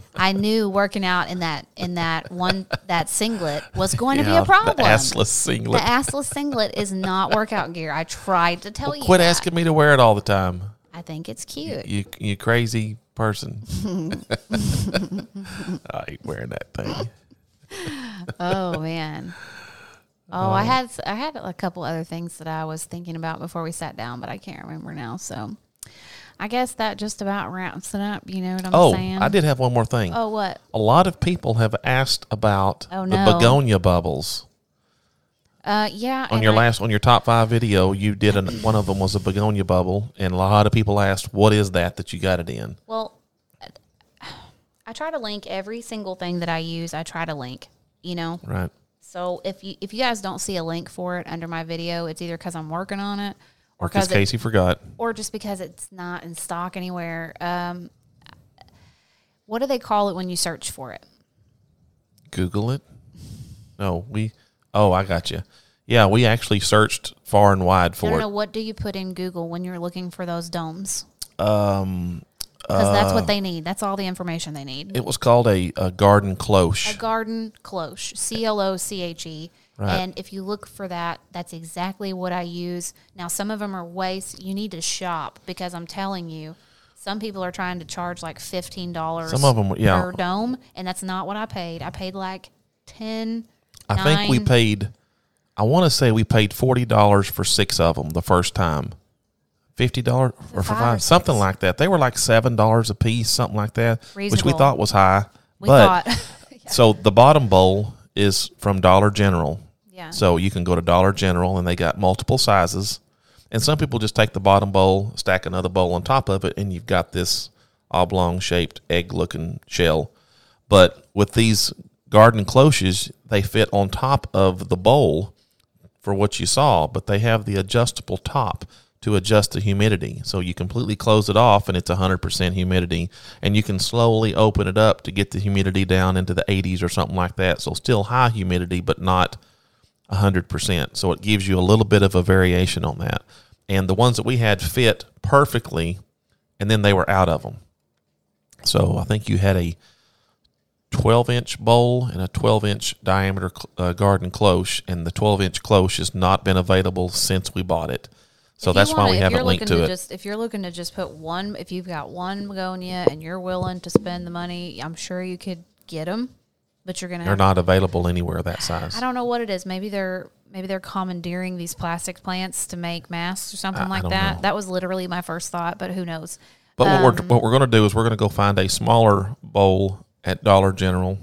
I knew working out in that in that one that singlet was going to be
Yeah,
a problem.
The assless singlet.
The assless singlet is not workout gear. I tried to tell you.
Quit
that.
asking me to wear it all the time.
I think it's cute.
You you crazy person. I ain't wearing that thing.
Oh man. Oh, I had I had a couple other things that I was thinking about before we sat down, but I can't remember now. So, I guess that just about wraps it up. You know what I'm
Oh,
saying?
I did have one more thing.
Oh, what?
A lot of people have asked about
Oh,
the
no.
begonia bubbles.
Uh, yeah.
On
and
your
I-
last on your top 5 video, you did an, one of them was a begonia bubble and a lot of people asked what is that that you got it in?
Well, I try to link every single thing that I use. I try to link, you know.
Right.
So if you if you guys don't see a link for it under my video, it's either because I'm working on it,
Or cuz
'Cause it-
Casey forgot.
or just because it's not in stock anywhere. Um, what do they call it when you search for it?
Google it. No, we Oh, I got you. Yeah, we actually searched far and wide
I
for
don't
it.
know. What do you put in Google when you're looking for those domes?
Um
Because that's what they need. That's all the information they need.
it was called a, a garden cloche.
A garden cloche, C L O C H E.
Right.
And if you look for that, that's exactly what I use. Now, some of them are waste. You need to shop because I'm telling you, some people are trying to charge like fifteen dollars.
Some of 'em, yeah.
per dome, and that's not what I paid. I paid like ten.
I think we
nine-
paid. I want to say we paid forty dollars for six of them the first time. Fifty dollars or for
five or
five,
six.
something like that. They were like seven dollars a piece, something like that, which we
Reasonable.
thought was high.
We
but
thought,
so the bottom bowl is from Dollar General.
yeah,
So you can go to Dollar General and they got multiple sizes. And some people just take the bottom bowl, stack another bowl on top of it, and you've got this oblong shaped egg looking shell. But with these garden cloches, they fit on top of the bowl for what you saw, but they have the adjustable top to adjust the humidity. So you completely close it off and it's 100% humidity. And you can slowly open it up to get the humidity down into the 80s or something like that. So still high humidity, but not 100%. So it gives you a little bit of a variation on that. And the ones that we had fit perfectly, and then they were out of them. So I think you had a 12 inch bowl and a 12 inch diameter cl- uh, garden cloche, and the 12 inch cloche has not been available since we bought it. So
If you
that's why
wanna-
we
if
haven't
you're
linked
looking
to it.
Just, if you're looking to just put one, if you've got one begonia and you're willing to spend the money, I'm sure you could get them, but you're gonna
They're
have
not available anywhere that size.
I don't know what it is. Maybe they're maybe they're commandeering these plastic plants to make masks or something
I
like
don't
that.
know.
That was literally my first thought, but who knows?
But what we're what we're going to do is we're going to go find a smaller bowl at Dollar General,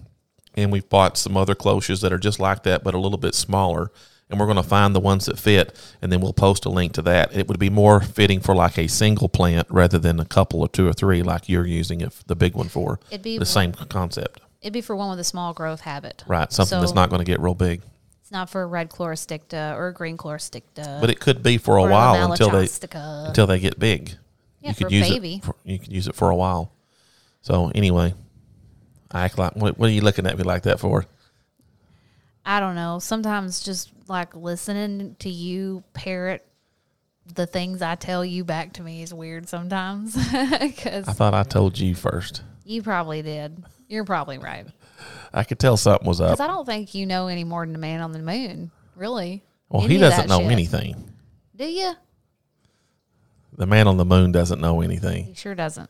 and we've bought some other cloches that are just like that, but a little bit smaller. And we're going to find the ones that fit, and then we'll post a link to that. It would be more fitting for like a single plant rather than a couple or two or three like you're using if the big one for.
It'd be
the same concept,
It'd be for one with a small growth habit,
right? Something that's
So-
not going to get real big,
It's not for a red chlorosticta or a green chlorosticta.
but it could be for a
or a
while until they
malachostica.
until they get big.
Yeah, for a
use
baby.
it. For, you could use it for a while. So anyway, I act like what, what are you looking at me like that for?
I don't know. Sometimes just like listening to you parrot the things I tell you back to me is weird sometimes because
I thought I told you first.
you probably did. You're probably right.
I could tell something was up.
Because I don't think you know any more than the man on the moon, really.
Well,
any
he
of that
doesn't know
shit.
anything.
Do you?
The man on the moon doesn't know anything.
He sure doesn't.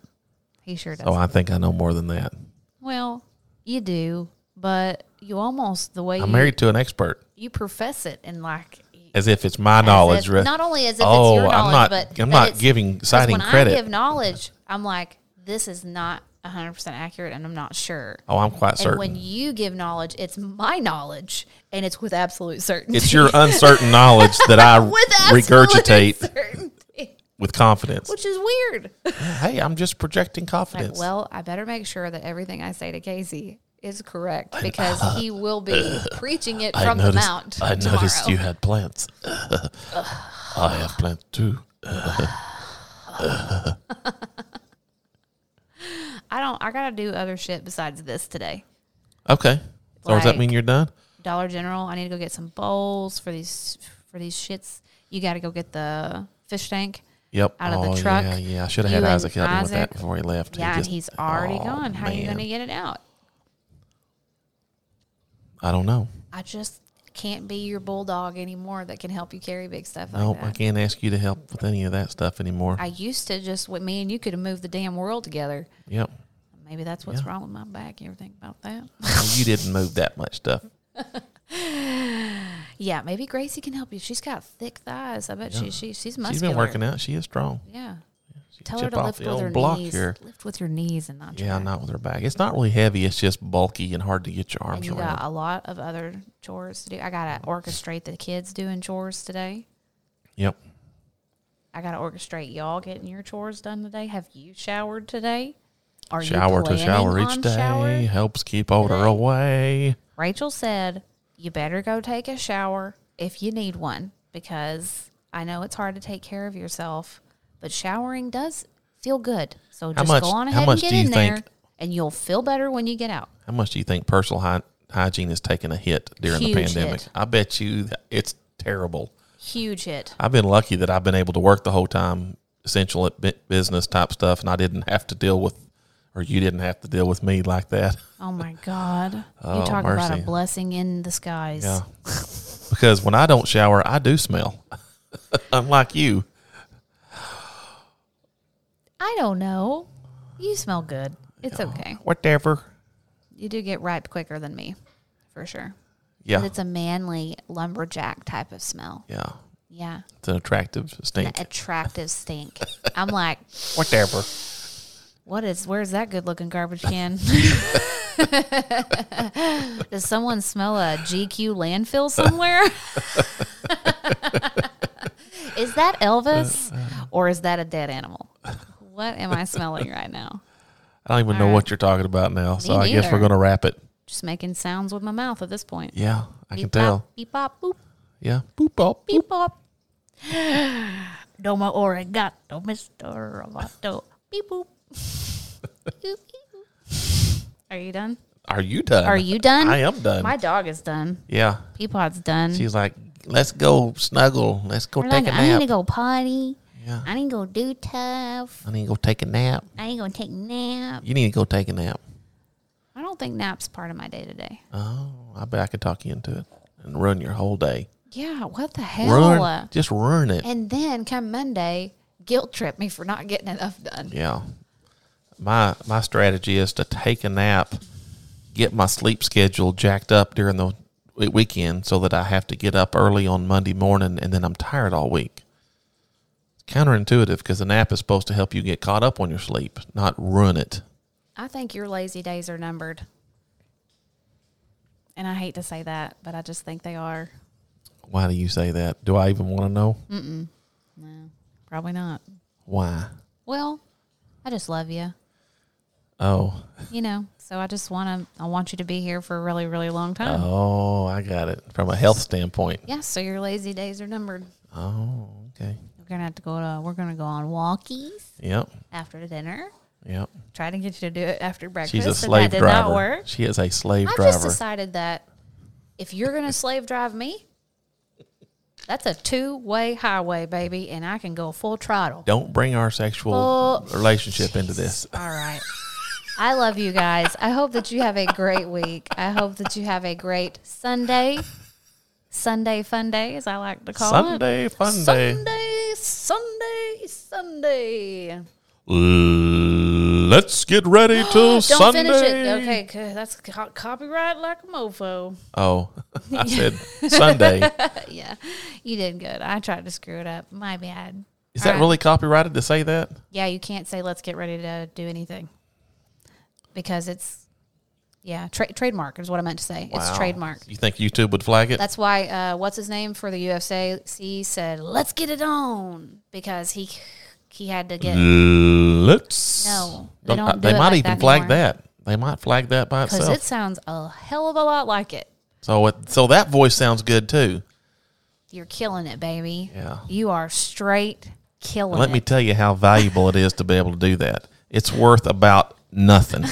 He sure doesn't.
So I think I know more than that.
well, you do, but you almost the way you,
I'm married to an expert,
you profess it and like
as if it's my
as
knowledge.
if-
re-
not only as if
oh,
it's your knowledge,
I'm not.
but
I'm
but
not
it's-
giving
'cause
citing
when
credit.
I give knowledge, I'm like, this is not 100 percent accurate, and I'm not sure.
oh, I'm quite
And when
certain.
you give knowledge, it's my knowledge, and it's with absolute certainty.
It's your uncertain knowledge that I
with absolute
regurgitate
certainty,
with confidence.
which is weird.
hey, I'm just projecting
Like,
confidence.
well, I better make sure that everything I say to Casey is correct because he will be preaching it from the mount.
I noticed
tomorrow.
you had plants. I have plants too.
I don't. I gotta do other shit besides this today.
Okay. or does that
Like-
mean you're done?
Dollar General. I need to go get some bowls for these for these shits. You got to go get the fish tank.
Yep.
out of the
oh,
truck,
Yeah, yeah. I should have had
you and
Isaac help me with that
Isaac-
before he left. He
yeah, and
just-
he's already
oh,
gone. How are you
man.
going to get it out?
I don't know.
I just can't be your bulldog anymore that can help you carry big stuff like
Nope,
that.
I can't ask you to help with any of that stuff anymore.
I used to just with me and you could have moved the damn world together.
yep.
Maybe that's what's
Yeah.
wrong with my back. You ever think about that?
Well, you didn't move that much stuff.
yeah, maybe Gracie can help you. She's got thick thighs. I bet she, she she's muscular.
She's been working out. She is strong.
Yeah.
She
Tell her
chip
to
off
lift
the
with
old
her
block
knees.
here.
Lift with your knees and not your
Yeah,
back.
not with her back. It's not really heavy. It's just bulky and hard to get your
And
arms
you
around.
got a lot of other chores to do. I gotta orchestrate the kids doing chores today.
Yep.
I gotta orchestrate y'all getting your chores done today. Have you showered today? Are
Shower to
planning
shower
on
each day
showering?
helps keep odor
today?
away.
Rachel said, "You better go take a shower if you need one because I know it's hard to take care of yourself, but showering does feel good. So just
much-
go on
how
ahead
much
and get
do you
in there,
think-
and you'll feel better when you get out."
How much do you think personal hy- hygiene has taken a hit during the
Huge
pandemic?
hit.
I bet you that it's terrible.
Huge hit.
I've been lucky that I've been able to work the whole time, essential bu- business type stuff, and I didn't have to deal with, or you didn't have to deal with me like that.
Oh my God!
Oh,
you talk about
mercy.
a blessing in the skies.
Yeah. because when I don't shower, I do smell, unlike you.
I don't know. You smell good. It's okay.
Whatever.
You do get ripe quicker than me, for sure.
Yeah.
It's a manly lumberjack type of smell.
yeah.
Yeah.
It's an attractive
An
stink.
attractive stink. I'm like,
Whatever.
what is, where's that good looking garbage can? Does someone smell a GQ landfill somewhere? is that Elvis or is that a dead animal? What am I smelling right now?
I don't even know what you're talking about now, so I guess
neither.
we're going to wrap it.
Just making sounds with my mouth at this point.
Yeah, I can
Beep,
tell.
bop, beep, bop, boop.
Yeah. Boop, boop, boop.
Beep bop. Domo origato, Mr. Roboto. Beep boop. Boop, beep, boop. Are you done?
Are you done?
Are you done?
I am done.
My dog is done.
yeah.
Peapod's done.
She's like, let's go snuggle. Let's go
We're
take
like,
a
I need
nap.
to go potty.
Yeah.
I need to go do stuff.
I need to go take a nap.
I ain't gonna take nap.
You need to go take a nap.
I don't think nap's part of my day to day.
Oh, I bet I could talk you into it and ruin your whole day.
Yeah, what the
Ruin,
hell? Uh,
just ruin it.
And then come Monday, guilt trip me for not getting enough done.
Yeah. My my strategy is to take a nap, get my sleep schedule jacked up during the w- weekend so that I have to get up early on Monday morning and then I'm tired all week. It's counterintuitive because a nap is supposed to help you get caught up on your sleep, not ruin it.
I think your lazy days are numbered. And I hate to say that, but I just think they are.
Why do you say that? Do I even want to know?
Mm. Probably not.
Why?
Well, I just love you,
Oh,
you know. So I just want to I want you to be here for a really really long time.
oh, I got it. From a health standpoint.
yeah, so your lazy days are numbered.
Oh, okay.
We're going to have to go to we're going to go on walkies
Yep.
after dinner.
Yep.
Try to get you to do it after breakfast.
She's a
and
slave
that did
driver.
not work.
She is a slave
I've just
driver.
decided that if you're going to slave drive me, that's a two-way highway, baby, and I can go full throttle.
Don't bring our sexual
Oh,
relationship into this.
All right. I love you guys. I hope that you have a great week. I hope that you have a great Sunday. Sunday fun day, as I like to call
Sunday
it.
fun day.
Sunday, Sunday, Sunday.
Let's get ready to
Don't
Sunday.
finish it. Okay, good. That's co- copyright like a mofo.
Oh, I said Sunday.
Uh, yeah, you did good. I tried to screw it up. My bad.
Is
All
that
right.
really copyrighted to say that?
Yeah, you can't say let's get ready to do anything because it's yeah tra- trademark is what I meant to say.
Wow.
It's trademark.
You think YouTube would flag it?
That's why uh, what's his name for the UFC said let's get it on because he he had to get
Let's.
No, they
Don't-
don't
they
do it
might
like
even
that
flag
anymore.
that. They might flag that by
because
itself.
it sounds a hell of a lot like it.
so it, so that voice sounds good too.
You're killing it, baby.
Yeah.
you are straight killing
Let
it.
me tell you how valuable it is to be able to do that. It's worth about nothing.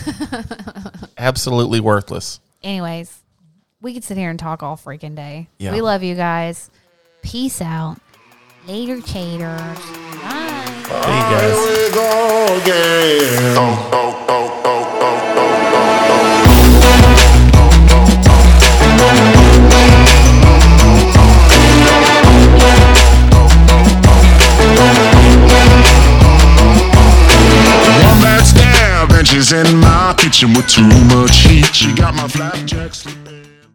Absolutely worthless.
Anyways, we could sit here and talk all freaking day.
Yeah.
We love you guys. Peace out. Later, caters. Bye.
There you guys.
Here we go again. Oh, oh, oh, oh, oh, oh. One bad stab and she's in my kitchen with too much heat. She got my flapjack slipping.